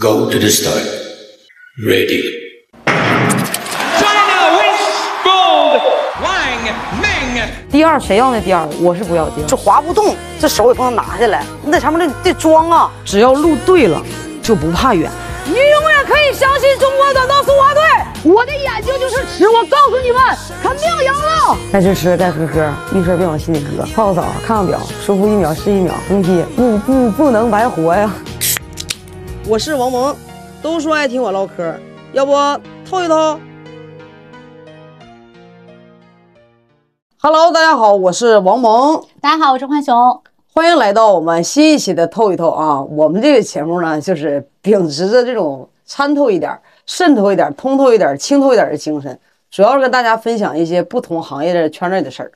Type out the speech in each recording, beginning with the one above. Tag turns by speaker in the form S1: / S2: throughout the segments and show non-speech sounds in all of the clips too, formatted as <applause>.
S1: Go to the start. Ready.
S2: China wins gold. Wang Ming
S3: 第二谁要那第二？我是不要第二
S4: 这，滑不动，这手也不能拿下来，你在上面得得装啊。
S3: 只要路对了，就不怕远。你永远可以相信中国短道速滑队，我的眼睛就是尺，我告诉你们，肯定赢了。该吃吃，该喝喝，遇事别往心里搁。泡个澡，看看表，舒服一秒是一秒，登梯不不不能白活呀。
S4: 我是王蒙，都说爱听我唠嗑，要不透一透？Hello，大家好，我是王蒙，
S5: 大家好，我是浣熊。
S4: 欢迎来到我们新一期的透一透啊。我们这个节目呢，就是秉持着这种参透一点儿、渗透一点儿、通透一点儿、清透一点儿的精神，主要是跟大家分享一些不同行业的圈内的事儿。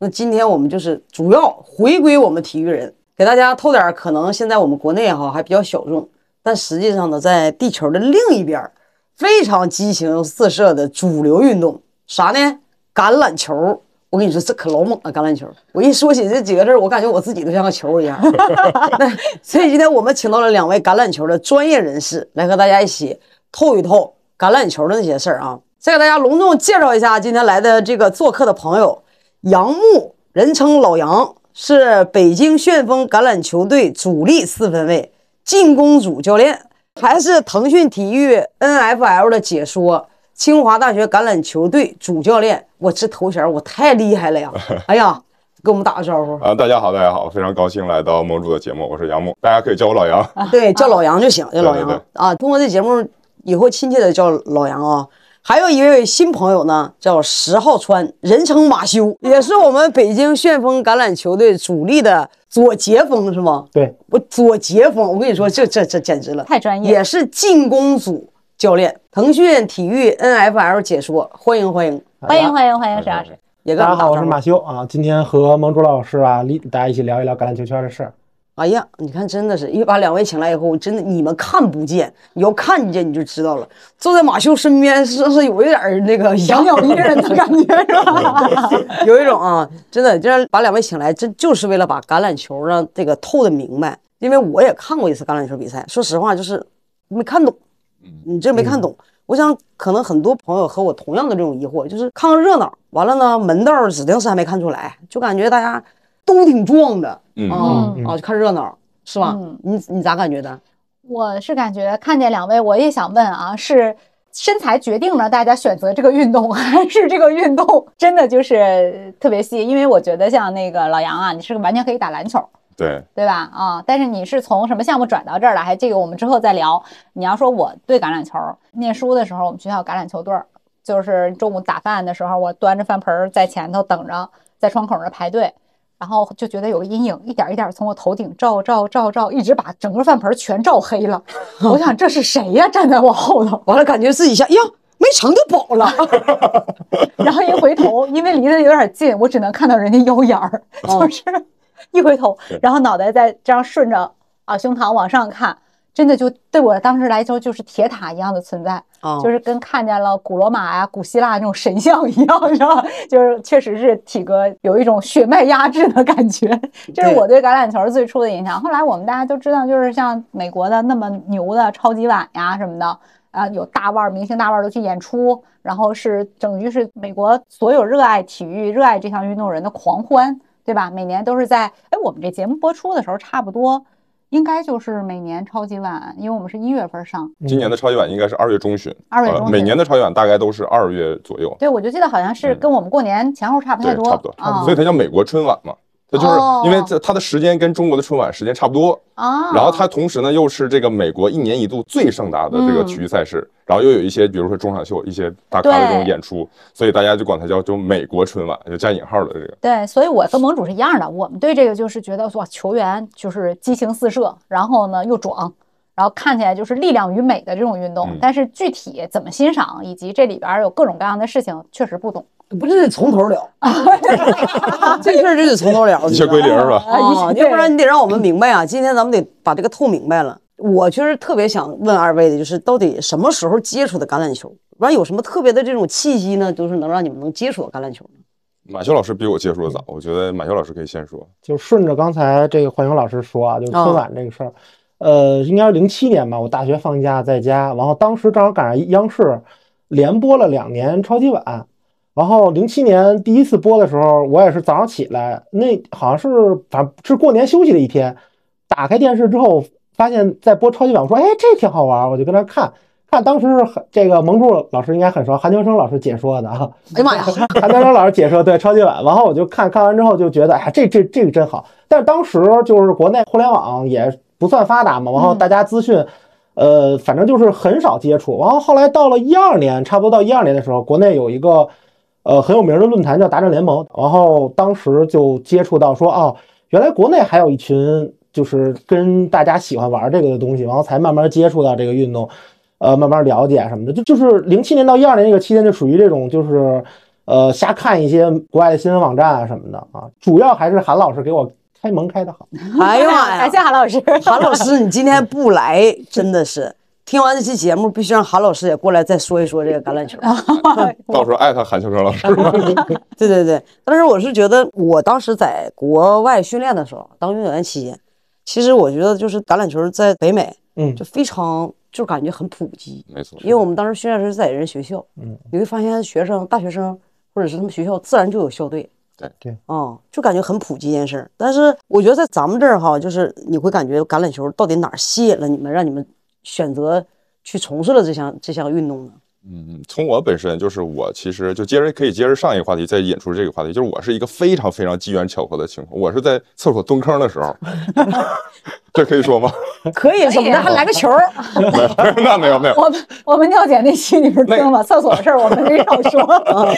S4: 那今天我们就是主要回归我们体育人，给大家透点儿可能现在我们国内哈还比较小众，但实际上呢，在地球的另一边儿非常激情又四射的主流运动，啥呢？橄榄球。我跟你说，这可老猛了！橄榄球，我一说起这几个字儿，我感觉我自己都像个球一样。 <laughs> 那所以今天我们请到了两位橄榄球的专业人士，来和大家一起透一透橄榄球的那些事儿啊。再给大家隆重介绍一下今天来的这个做客的朋友，杨牧，人称老杨，是北京旋风橄榄球队主力四分卫，进攻组教练，还是腾讯体育 NFL 的解说，清华大学橄榄球队主教练。我这头衔儿我太厉害了呀！哎呀，给我们打个招呼。
S6: 啊，大家好，大家好，非常高兴来到盟主的节目，我是杨木，大家可以叫我
S5: <laughs>
S6: 老杨。
S5: 啊
S4: 对，叫老杨就行，叫老
S6: 对
S4: 杨
S6: 对对
S4: 啊。通过这节目，以后亲切的叫老杨啊。还有一位新朋友呢，叫石浩川，人称马修，
S5: 嗯
S4: 也是我们北京旋风橄榄球队主力的左截锋，是吗？
S7: 对，
S4: 我左截锋，我跟你说，这这这简直了，
S5: 太专业
S4: 也是进攻组教练，腾讯体育 NFL 解说，欢迎欢迎，
S5: 欢迎欢迎欢迎，沈老师。
S4: 也跟
S7: 大
S4: 我
S7: 家
S4: 们打
S7: 好，我是
S4: 招呼
S7: 马修啊，今天和盟主老师啊，一大家一起聊一聊橄榄球圈的事儿。
S4: 哎呀，你看，真的是，因为把两位请来以后，我真的你们看不见，你要看见你就知道了。坐在马修身边，是是有一点儿那个养鸟依人的感觉，是吧？有一种啊，真的，就是把两位请来，这就是为了把橄榄球让这个透的明白。因为我也看过一次橄榄球比赛，说实话，就是没看懂，你这没看懂。我想，可能很多朋友和我同样的这种疑惑，就是看个热闹，完了呢，门道儿指定是还没看出来，就感觉大家都挺壮的，
S6: 嗯
S4: 啊
S7: 嗯
S4: 啊，就看热闹是吧？
S5: 嗯
S4: 你你咋感觉的？
S5: 我是感觉看见两位，我也想问啊，是身材决定了大家选择这个运动， <laughs> 还是这个运动真的就是特别细？因为我觉得像那个老杨啊，你是完全可以打篮球，
S6: 对，
S5: 对吧？啊，但是你是从什么项目转到这儿来？还这个我们之后再聊。你要说我对橄榄球，念书的时候我们学校橄榄球队儿，就是中午打饭的时候，我端着饭盆儿在前头等着，在窗口那儿排队，然后就觉得有个阴影，一点儿一点儿从我头顶照照照照，一直把整个饭盆儿全照黑了。 <laughs> 我想这是谁呀、站在我后头？
S4: 完了，感觉自己像呀没成就饱了，
S5: 然后一回头，因为离得有点近，我只能看到人家腰眼儿， <laughs> 就是一回头，然后脑袋再这样顺着啊胸膛往上看，真的就对我当时来说就是铁塔一样的存在，
S4: 啊
S5: 就是跟看见了古罗马呀、古希腊那种神像一样， <laughs> 你知道吗？就是确实是体格有一种血脉压制的感觉，这是
S4: 对
S5: 我对橄榄球最初的印象。后来我们大家都知道，就是像美国的那么牛的超级碗呀什么的，啊，有大腕儿、明星大腕儿都去演出，然后是等于是美国所有热爱体育、热爱这项运动人的狂欢，对吧？每年都是在哎，我们这节目播出的时候，差不多应该就是每年超级碗，因为我们是一月份上，
S7: 嗯
S6: 今年的超级碗应该是二月中旬，
S5: 二月中
S6: 呃
S5: 旬
S6: 每年的超级碗大概都是二月左右，
S5: 对我就记得好像是
S6: 嗯
S5: 跟我们过年前后差不
S6: 对
S5: 太，多
S6: 差不多，差不
S5: 啊
S6: 多，所以它叫美国春晚嘛。它就是
S5: 哦
S6: 因为这它的时间跟中国的春晚时间差不多，
S5: 啊，
S6: 然后它同时呢又是这个美国一年一度最盛大的这个体育赛
S5: 嗯
S6: 事，然后又有一些比如说中场秀、一些大咖的这种
S5: 对
S6: 演出，所以大家就管它叫就美国春晚，就加引号的这个。
S5: 对，所以我跟盟主是一样的，我们对这个就是觉得哇，球员就是激情四射，然后呢又壮，然后看起来就是力量与美的这种运动。
S6: 嗯
S5: 但是具体怎么欣赏，以及这里边儿有各种各样的事情，确实不懂。
S4: 不是得从头聊，这事儿就得从头聊，
S5: 哦
S6: 一切归零是吧？
S4: 啊，
S5: 一切
S4: 要不然你得让我们明白啊。今天咱们得把这个透明白了。我其实特别想问二位的，就是到底什么时候接触的橄榄球？完有什么特别的这种契机呢？就是能让你们能接触到橄榄球呢？
S6: 马修老师比我接触的早，我觉得马修老师可以先说。
S7: 就顺着刚才这个浣熊老师说啊，就春晚这个事儿，呃，应该是零七年吧，我大学放假在家，然后当时正好赶上央视连播了两年超级碗，然后零七年第一次播的时候，我也是早上起来，那好像是反正是过年休息的一天，打开电视之后发现在播超级碗，我说哎这挺好玩儿，我就跟那看看，当时很这个蒙住老师应该很熟，韩乔生老师解说的啊。
S4: <laughs> 哎呀妈
S5: <laughs>
S4: 呀，
S7: <laughs> 韩德生老师解说对超级碗，然后我就看看完之后就觉得，哎呀，这这这个真好。但是当时就是国内互联网也不算发达嘛，然后大家资讯，呃，反正就是很少接触。然后后来到了一二年，差不多到一二年的时候，国内有一个呃很有名的论坛叫达阵联盟，然后当时就接触到说，哦，原来国内还有一群就是跟大家喜欢玩这个的东西，然后才慢慢接触到这个运动。呃，慢慢了解什么的，就就是零七年到一二年这个期间，就属于这种就是呃瞎看一些国外的新闻网站啊什么的啊，主要还是韩老师给我开蒙开的好。
S4: 哎呀妈呀
S5: 感谢！韩老师，
S4: 韩老师，你今天不来真的是，听完这期节目，必须让韩老师也过来再说一说这个橄榄球。
S6: 到时候艾特韩秋生老师吧。
S4: 对对对，但是我是觉得，我当时在国外训练的时候，当运动员期间，其实我觉得就是橄榄球在北美
S7: 嗯
S4: 就非常，就感觉很普及，
S6: 没错，
S4: 因为我们当时训练时是在人学校，
S7: 嗯，
S4: 你会发现学生、大学生或者是他们学校自然就有校队，
S6: 对
S7: 对，
S4: 啊，就感觉很普及一件事儿。但是我觉得在咱们这儿哈，就是你会感觉橄榄球到底哪儿吸引了你们，让你们选择去从事了这项这项运动
S7: <laughs>
S4: 呢？
S6: 嗯，从我本身就是我，其实就接着可以接着上一个话题，再引出这个话题，就是我是一个非常非常机缘巧合的情况，我是在厕所蹲坑的时候，这可以说吗？
S4: 可以，啊怎么的还来个球儿？
S6: 那没有没有，
S5: 哎我们我们尿检那期你们听吗？厕所的事儿我们没少说。
S4: 嗯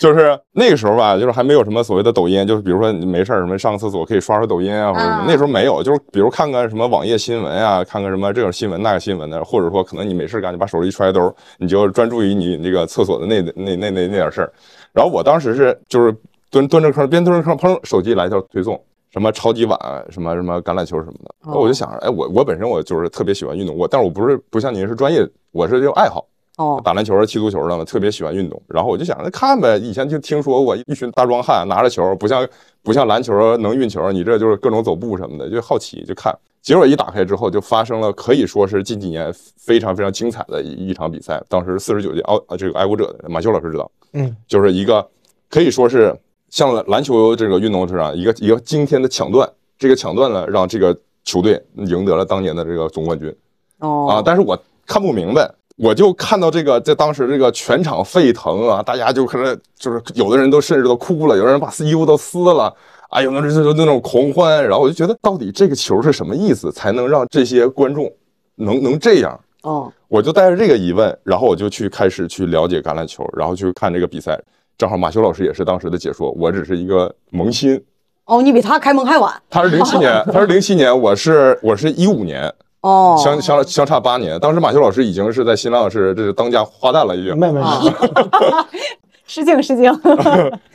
S6: 就是那个时候吧，就是还没有什么所谓的抖音，就是比如说你没事儿什么上个厕所可以刷刷抖音啊，或者什么
S5: 啊，
S6: 那时候没有，就是比如看看什么网页新闻啊，看看什么这种新闻那个新闻的，或者说可能你没事儿干，你把手机揣兜儿，你就专注于你那个厕所的那那那那那点事儿。然后我当时是就是蹲蹲着坑，边蹲着坑，砰，手机来一条推送。什么超级碗，什么什么橄榄球什么的，
S4: 哦
S6: 我就想着，哎，我我本身我就是特别喜欢运动，我但是我不是不像您是专业，我是就爱好，
S4: 哦，
S6: 打篮球、踢足球的嘛，特别喜欢运动。然后我就想着看呗，以前就听说过一群大壮汉拿着球，不像不像篮球能运球，你这就是各种走步什么的，就好奇就看。结果一打开之后，就发生了可以说是近几年非常非常精彩的一一场比赛。当时四十九届奥呃这个爱国者，马修老师知道，
S7: 嗯，
S6: 就是一个可以说是像篮球这个运动上一个一个惊天的抢断，这个抢断呢让这个球队赢得了当年的这个总冠军。
S4: 哦，
S6: 啊，但是我看不明白，我就看到这个在当时这个全场沸腾啊，大家就可能就是有的人都甚至都哭了，有的人把衣服都撕了。哎呦，那这就那种狂欢，然后我就觉得，到底这个球是什么意思，才能让这些观众能能这样？
S4: 哦，
S6: 我就带着这个疑问，然后我就去开始去了解橄榄球，然后去看这个比赛。正好马修老师也是当时的解说，我只是一个萌新。
S4: 哦，你比他开门还晚
S6: 他是零七年，他是零七年，我是我是一五年，
S4: 哦，
S6: 相相相差八年。当时马修老师已经是在新浪是这是当家花旦了已经。
S7: 没没没，
S5: <laughs> 失敬失敬。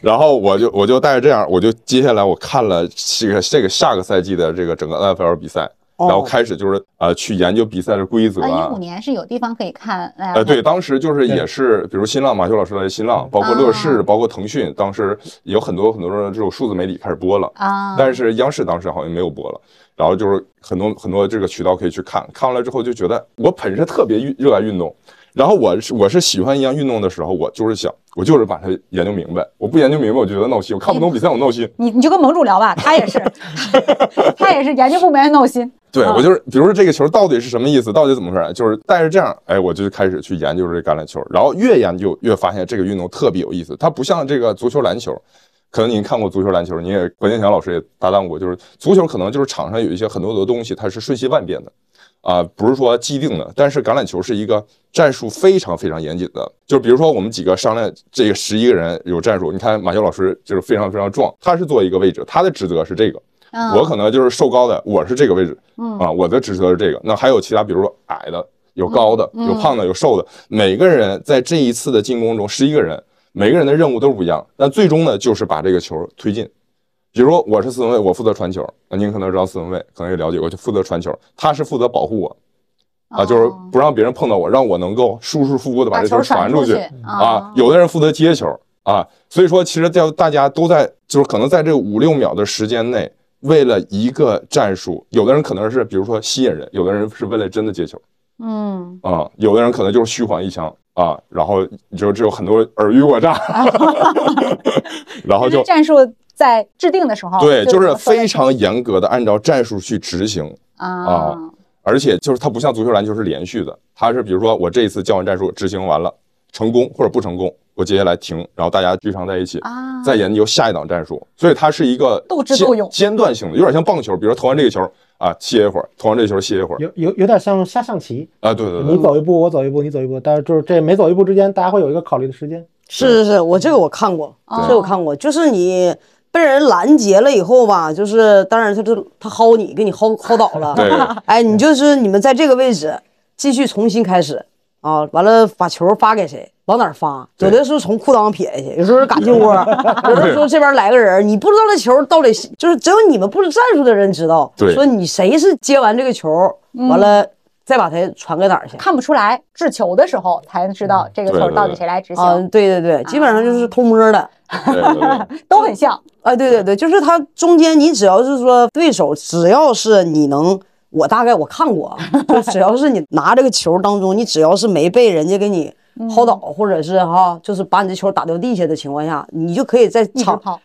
S6: 然后我就我就带着这样，我就接下来我看了这个这个下个赛季的这个整个 NFL 比赛，然后开始就是呃去研究比赛的规则
S5: 啊，
S6: 啊
S5: 哦一五。年是有地方可以看，哎呀
S6: 呃，对，当时就是也是，比如新浪马修老师来新浪，包括乐
S5: 啊
S6: 视，包括腾讯，当时有很多很多的这种数字媒体开始播了。
S5: 啊，
S6: 但是央视当时好像没有播了，然后就是很多很多这个渠道可以去看，看完了之后就觉得我本身特别运热爱运动，然后我是我是喜欢一项运动的时候，我就是想我就是把它研究明白，我不研究明白我就觉得闹心，我看不懂比赛我闹心。
S5: 你你就跟盟主聊吧，他也
S6: <laughs>
S5: 是，他也是研究不明白闹心。
S6: 对
S5: 啊
S6: 我就是，比如说这个球到底是什么意思，到底怎么回事，就是带着这样，哎，我就开始去研究这橄榄球，然后越研究越发现这个运动特别有意思，它不像这个足球、篮球。可能您看过足球、篮球，你也何建强老师也搭档过，就是足球可能就是场上有一些很多的东西，它是瞬息万变的，啊、不是说既定的。但是橄榄球是一个战术非常非常严谨的，就比如说我们几个商量，这个十一个人有战术，你看马修老师就是非常非常壮，他是做一个位置，他的职责是这个，
S5: 嗯，
S6: 我可能就是瘦高的，我是这个位置，
S5: 嗯
S6: 啊，我的职责是这个。那还有其他，比如说矮的，有高的，
S5: 嗯
S6: 有胖的，有瘦的。每个人在这一次的进攻中，十一个人，每个人的任务都不一样。但最终呢，就是把这个球推进。比如说我是四分卫，我负责传球，那您可能知道四分卫，可能也了解，我就负责传球，他是负责保护我啊，就是
S5: 哦
S6: 不让别人碰到我，让我能够舒舒服服的把
S5: 把
S6: 这
S5: 球
S6: 球
S5: 传
S6: 传出
S5: 去
S6: 去。啊，有的人负责接球啊，所以说其实叫大家都在，就是可能在这五六秒的时间内，为了一个战术，有的人可能是比如说吸引人，有的人是为了真的接球
S5: 嗯，
S6: 啊、有的人可能就是虚晃一枪啊、然后就只有很多尔虞我诈， <laughs> 然后
S5: 因为
S6: 就
S5: 战术在制定的时候，
S6: 对，就是
S5: 怎么说呢
S6: 非常严格的按照战术去执行。
S5: 啊，
S6: 而且就是它不像足球篮球是连续的，它是比如说我这一次教完战术执行完了，成功或者不成功，我接下来停，然后大家聚常在一起，
S5: 啊
S6: 再研究下一档战术，所以它是一个
S5: 斗智
S6: 间
S5: 斗勇
S6: 间断性的，有点像棒球，比如说投完这个球啊歇一会儿，投完这个球歇一会儿，
S7: 有嗯有有点像下象棋，
S6: 啊对对
S7: 你
S6: 对，
S7: 走一步，我走一步，你走一步，但是就是这每走一步之间，大家会有一个考虑的时间。
S4: 是是是，我这个我看过，
S6: 嗯
S4: 这个我看过，就是你被人拦截了以后吧，就是当然他就他薅你，给你薅薅倒了，
S6: 对
S4: 哎，你就是你们在这个位置继续重新开始啊，完了把球发给谁，往哪儿发，有的时候从裤裆撇下去，有时候赶进窝，
S6: <laughs>
S4: 有的时候这边来个人，你不知道这球到底是就是只有你们不是战术的人知道，
S6: 对
S4: 说你谁是接完这个球，完了再把它传给哪儿去。
S5: 看不出来制球的时候才知道这个
S6: 嗯对
S5: 球
S6: 对
S5: 到
S6: 对
S5: 底谁来执
S4: 啊，
S5: 行，
S4: 对对对，基本上
S5: 啊
S4: 就是偷摸的，
S6: 对对对对
S5: 都很像。
S4: 哎，对对对，就是它中间，你只要是说对手，只要是你能，我大概我看过啊，就只要是你拿这个球当中，你只要是没被人家给你
S5: 嗯
S4: 薅倒，或者是哈，就是把你这球打掉地下的情况下，你就可以在
S5: 一直
S4: 场，
S5: 跑，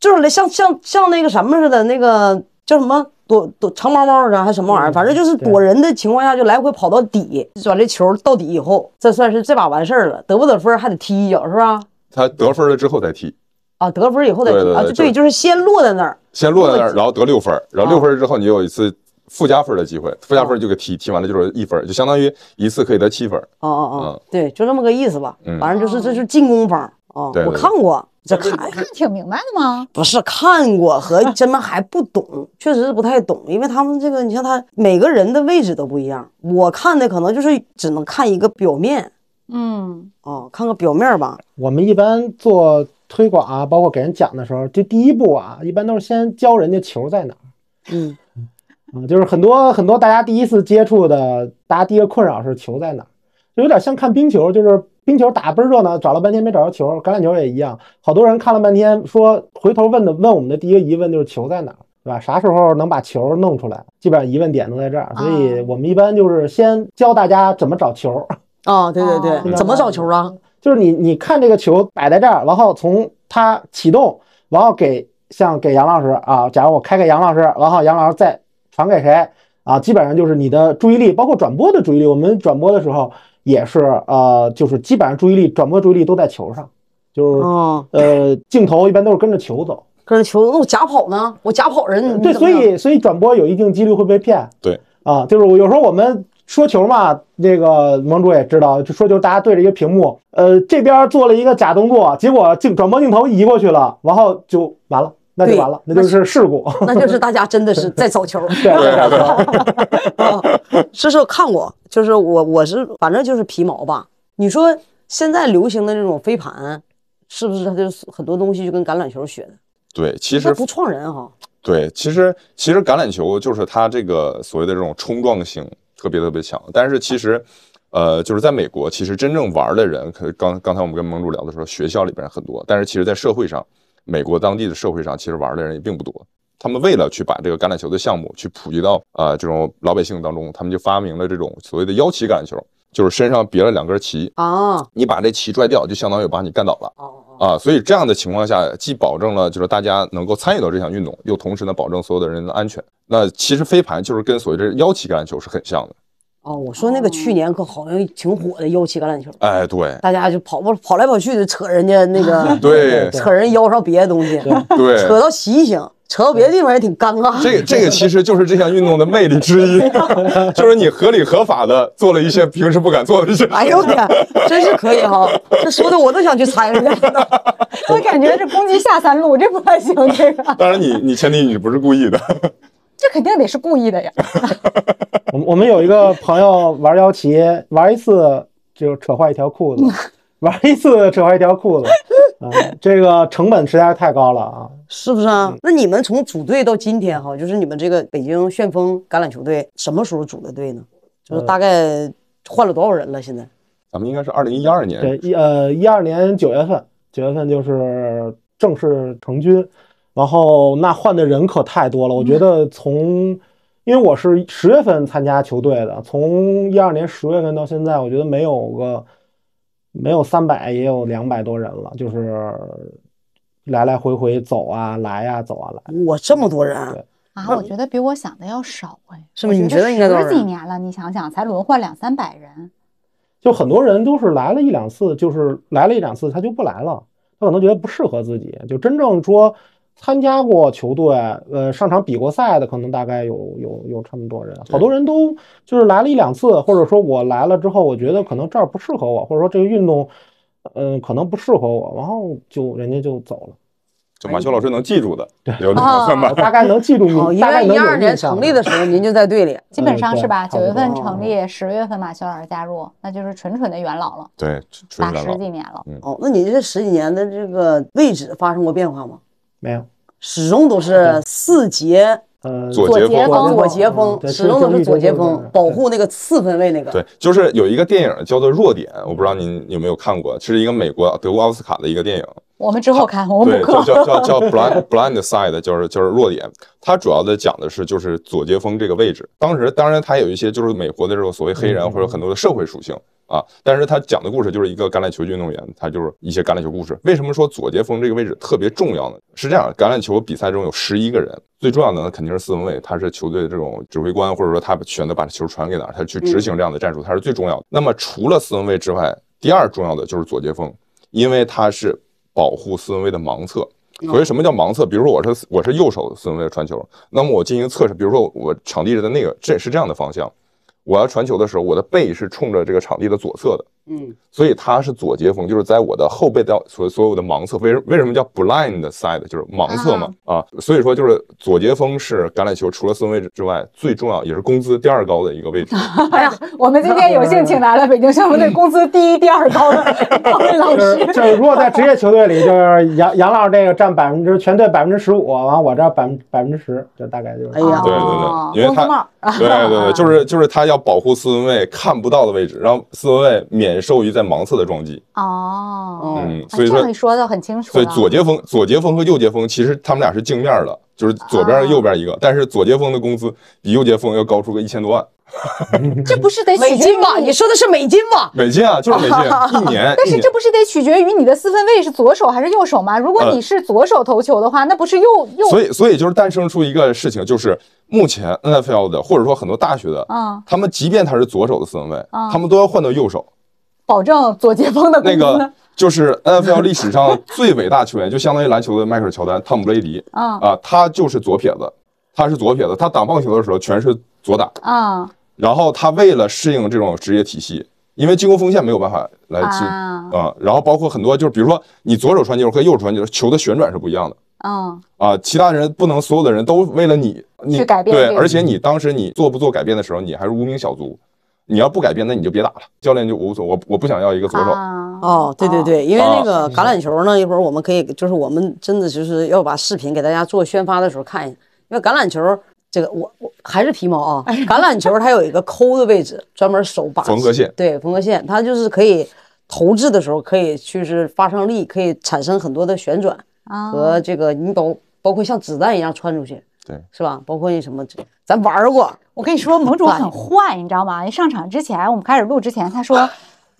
S4: 就是来像像像那个什么似的，那个叫什么躲躲长毛猫似啊的，还是什么玩意儿，反正就是
S7: 对
S4: 躲人的情况下，就来回跑到底，把这球到底以后，这算是这把完事儿了，得不得分儿还得踢一脚是吧？
S6: 他得分了之后再踢，
S4: 啊，得分儿以后再
S6: 对
S4: 踢
S6: 对
S4: 啊，就
S6: 对就是
S4: 对，就是先落在那儿。
S6: 先落在那儿，然后得六分儿，然后六分儿
S5: 哦
S6: 之后你有一次附加分儿的机会，附加分儿就给踢，踢完了就是一分儿，就相当于一次可以得七分儿。
S4: 哦哦哦，对，就这么个意思吧。
S6: 啊嗯
S4: 反正就是这就是进攻方啊，
S6: 对对
S4: 我
S6: 对
S4: 看过这看
S5: 看挺明白的吗？
S4: 不是看过和真的还不懂，确实是不太懂，因为他们这个你像他每个人的位置都不一样，我看的可能就是只能看一个表面
S5: 嗯，
S4: 啊，看个表面吧。
S7: 我们一般做推广啊，包括给人讲的时候，就第一步啊，一般都是先教人家球在哪儿
S4: 嗯，
S7: 啊、就是很多很多大家第一次接触的，大家第一个困扰是球在哪儿，就有点像看冰球，就是冰球打倍儿热闹，找了半天没找着球，橄榄球也一样，好多人看了半天说回头问的问我们的第一个疑问就是球在哪儿。对吧？啥时候能把球弄出来？基本上疑问点都在这儿，所以
S5: 啊
S7: 我们一般就是先教大家怎么找球，
S4: 啊，对对对，
S5: 哦
S4: 怎么找球啊？
S7: 就是你你看这个球摆在这儿，然后从它启动，然后给像给杨老师啊，假如我开给杨老师，然后杨老师再传给谁啊，基本上就是你的注意力，包括转播的注意力，我们转播的时候也是呃，就是基本上注意力转播注意力都在球上，
S6: 嗯
S7: 就是、
S4: 哦，
S7: 呃镜头一般都是跟着球走，
S4: 跟着球，那我假跑呢？我假跑人，
S7: 对，
S4: 你怎么啊
S7: 所
S4: 样
S7: 以所以转播有一定几率会被骗。
S6: 对
S7: 啊，就是我有时候我们说球嘛，那个盟主也知道，就说球大家对着一个屏幕，呃，这边做了一个假动作，结果镜转播镜头移过去了，然后就完了，那就
S4: 对
S7: 完了，那就是事故。
S6: <laughs>
S4: 那就是大家真的是在找球。
S7: 对对对，
S4: <laughs> 这是我看过，就是我我是反正就是皮毛吧。你说现在流行的这种飞盘，是不是它就是很多东西就跟橄榄球学的？
S6: 对，其
S4: 它
S6: 实
S4: 不创人哈，
S6: 对，其实其实橄榄球就是它这个所谓的这种冲撞性特别特别强，但是其实，呃，就是在美国，其实真正玩的人，可刚刚才我们跟盟主聊的时候，学校里边很多，但是其实在社会上，美国当地的社会上，其实玩的人也并不多。他们为了去把这个橄榄球的项目去普及到呃这种老百姓当中，他们就发明了这种所谓的腰旗橄榄球，就是身上别了两根旗，
S4: 啊，
S6: 你把这旗拽掉，就相当于把你干倒了。
S4: 哦哦，
S6: 啊，所以这样的情况下，既保证了就是大家能够参与到这项运动，又同时呢保证所有的人的安全。那其实飞盘就是跟所谓的腰旗橄榄球是很像的。
S4: 哦，我说那个去年可好像挺火的腰旗橄榄球，
S6: 哎，对，
S4: 大家就跑跑跑来跑去的扯人家那个
S6: <laughs> 对
S4: 扯人腰上别的东西， <laughs> 扯
S6: 对，
S4: 到洗衣行，扯到别的地方也挺尴尬。
S6: 这个这个其实就是这项运动的魅力
S4: <laughs>
S6: 之一， <laughs> 就是你合理合法的做了一些平时不敢做的事。
S4: 哎呦我天，真是可以哈！这说的我都想去参与了。
S5: 我感觉这攻击下三路，这不太行，这个
S6: <laughs> 当然你，你前提你不是故意的。 <laughs>
S5: 这肯定得是故意的呀。
S7: <laughs> 我们我们有一个朋友玩腰旗，玩一次就扯坏一条裤
S4: <laughs>
S7: 子，玩一次扯坏一条裤子，啊、这个成本实在是太高了啊。
S4: 是不是啊？那你们从组队到今天哈，就是你们这个北京旋风橄榄球队什么时候组的队呢？
S7: 呃
S4: 就是大概换了多少人了？现在
S6: 咱们应该是二零一二年，
S7: 对，一呃一二年九月份，九月份就是正式成军。然后那换的人可太多了，我觉得从，因为我是十月份参加球队的，从一二年十月份到现在，我觉得没有个没有三百也有两百多人了，就是来来回回走啊来啊走啊来。
S4: 我这么多人，
S5: 啊，我觉得比我想的要少哎，
S4: 是吗
S5: 我
S4: 你觉得应该多少
S5: 十几
S4: 人
S5: 年了？你想想，才轮换两三百人，
S7: 就很多人都是来了一两次，就是来了一两次他就不来了，他可能觉得不适合自己。就真正说参加过球队，呃，上场比过赛的，可能大概有有有这么多人。好多人都就是来了一两次，或者说我来了之后，我觉得可能这儿不适合我，或者说这个运动，嗯、可能不适合我，然后就人家就走了。
S6: 就马修老师能记住的，有这种算
S7: 我
S6: 法。
S7: 大概能记住
S4: 哦，
S7: 你，
S4: 一
S7: 嗯大概
S4: 二
S7: 能
S4: 一
S7: 有
S4: 二
S7: 印
S4: 年
S7: 象
S4: 成立的时候您就在队里，
S5: 基本上
S7: 对
S5: 是吧？九
S7: 差不
S5: 月份
S7: 多
S5: 成立，十月份马修老师加入，那就是纯纯的元老了，
S6: 对，吹
S5: 打
S6: 来
S5: 十
S6: 了。
S5: 几年了。
S4: 哦，那你这十几年的这个位置发生过变化吗？
S7: 没有，
S4: 始终都是四节
S7: 呃，
S6: 左
S5: 左
S6: 截
S5: 截
S6: 锋
S5: 锋
S4: 左截锋
S7: 嗯，对
S4: 始终都是左截锋，
S7: 对
S4: 保护那个四分位那个。
S6: 对，就是有一个电影叫做《弱点》，我不知道您有没有看过，是一个美国德国奥斯卡的一个电影，
S5: 我们之后看，我们
S6: 对，
S5: 补
S6: 就
S5: 课。
S6: 叫叫叫 blind blind side，就是就是弱点。它主要的讲的是就是左接锋这个位置。当时当然它有一些就是美国的这种所谓黑人或者很多的社会属性啊，但是它讲的故事就是一个橄榄球运动员，他就是一些橄榄球故事。为什么说左接锋这个位置特别重要呢？是这样，橄榄球比赛中有十一个人，最重要的呢肯定是四分卫，他是球队的这种指挥官，或者说他选择把球传给哪儿，他去执行这样的战术，他是最重要的。那么除了四分卫之外，第二重要的就是左接锋，因为他是保护四分卫的盲侧。所以什么叫盲测？比如说我是我是右手四分卫传球，那么我进行测试，比如说我场地的那个这是这样的方向，我要传球的时候，我的背是冲着这个场地的左侧的，
S4: 嗯，
S6: 所以它是左截锋，就是在我的后背的所所有的盲测。为什为什么叫 blind side？就是盲测嘛啊所以说就是左截锋是橄榄球除了四分卫之外最重要也是工资第二高的一个位置。
S5: 哎呀，我们今天有幸请来了北京宣武队工资第一、第二高的高位老
S7: 就是
S5: 师。
S7: 就是，如果在职业球队里，就是杨杨老师这个占百分之全队百分之十五，完了我这百分百分之十，就大概就是。
S4: 哎呀
S6: 对
S5: 哦
S6: 对对，因为
S5: 工资帽
S6: 他，对对
S5: <laughs>
S6: 对，就是就是他要保护四分卫看不到的位置，让四分卫免受于在盲测的撞击。
S5: 哦，
S6: 嗯
S5: 啊，
S6: 所以
S5: 这
S6: 说
S5: 样说的很清楚
S6: 所
S5: 了。
S6: 以左截锋、左截锋和右截锋其实他们俩是镜面的，就是左边
S5: 啊
S6: 右边一个，但是左截锋的工资比右截锋要高出个一千多万
S5: 这不是得
S7: 哎
S5: 取
S4: 美
S5: 决于
S4: 金吧？
S5: 你
S4: 你说的是美金吧？
S6: 美
S5: <laughs>
S6: 金啊，就是美金，一年。
S5: 但
S6: 一
S5: 是
S6: 年
S5: 这不是得取决于你的四分卫是左手还是右手吗？如果
S6: 呃
S5: 你是左手投球的话，那不是右右
S6: 所以所以就是诞生出一个事情，就是目前 NFL 的或者说很多大学的，
S5: 啊
S6: 他们即便他是左手的四分卫，
S5: 啊
S6: 他们都要换到右
S5: <laughs>
S6: 手。
S5: 保证左截锋的工
S6: 那
S5: 资
S6: 个就是 NFL 历史上最伟大球员，就相当于篮球的迈克尔乔丹、汤姆布雷迪
S5: 啊
S6: 啊，他就是左撇子，他是左撇子，他打棒球的时候全是左打。
S5: 啊
S6: 然后他为了适应这种职业体系，因为进攻锋线没有办法来进
S5: 啊
S6: 啊，然后包括很多就是比如说你左手传球和右手传球，球的旋转是不一样的
S5: 啊
S6: 啊，其他人不能所有的人都为了你你
S5: 去改变这
S6: 对，
S5: 个
S6: 而且你当时你做不做改变的时候，你还是无名小卒，你要不改变，那你就别打了，教练就无所我我不想要一个左手，
S5: 啊
S4: 哦，对对对，因为那个橄榄球呢，一会儿我们可以，就是我们真的就是要把视频给大家做宣发的时候看一下，因为橄榄球这个我我还是皮毛啊，
S5: 哎
S4: 橄榄球它有一个抠的位置，专门手把
S6: 缝合线
S4: 对缝合线，它就是可以投掷的时候可以去是发上力，可以产生很多的旋转
S5: 啊
S4: 和这个你包包括像子弹一样穿出去，
S6: 对，
S4: 是吧？包括那什么，咱玩儿过，
S5: 我跟你说，盟主很坏，你知道吗？一上场之前，我们开始录之前，他说。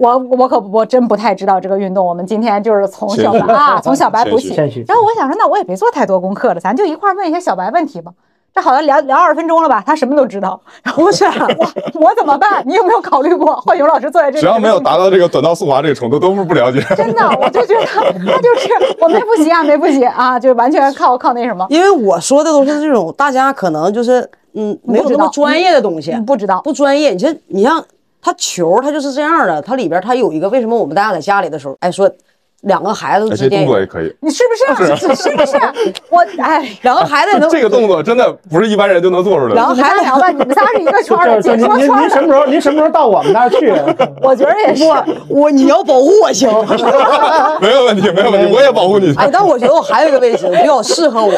S5: 我我可我真不太知道这个运动，我们今天就是从小白啊，从小白补起。
S7: 谦虚谦虚
S5: 然后我想说，那我也别做太多功课了，咱就一块儿问一些小白问题吧。这好像聊聊二十分钟了吧？他什么都知道。然后我想，我我怎么办？你有没有考虑过？幻勇老师坐在这里，
S6: 只要没有达到这个短道速滑这个程度，都是不了解。
S5: 真
S6: <laughs>
S5: 的，我就觉得他就是我没复习啊，没复习啊，就完全靠靠那什么，
S4: 因为我说的都是这种大家可能就是嗯没有
S5: 不知
S4: 那么
S5: 道嗯
S4: 专业的东西，
S5: 不知道
S4: 不专业。你像你像它球，它就是这样的，它里边它有一个为什么我们大家在家里的时候，哎说两个孩子
S6: 哎
S4: 之
S6: 这
S4: 间
S6: 动作
S4: 有，
S6: 也可以，
S5: 你是不是？是不是？我哎。
S4: 两个
S5: <laughs>
S4: 孩子能
S6: 这个动作真的不是一般人就能做出来的。
S4: 然后
S5: 你们仨聊吧，你们仨是一个圈儿的，
S7: 就
S5: 解
S7: 是您
S5: 说圈儿的。
S7: 您您什么时候您什么时候到我们那儿去？啊
S5: 我觉得也是，
S4: 我你要保护我
S6: <laughs>
S4: 行。
S6: <laughs> 没有问题，没
S5: <laughs>
S6: 有问题，我也保护你。
S4: 哎，但我觉得我还有一个位置比较适
S6: <laughs>
S4: 合我，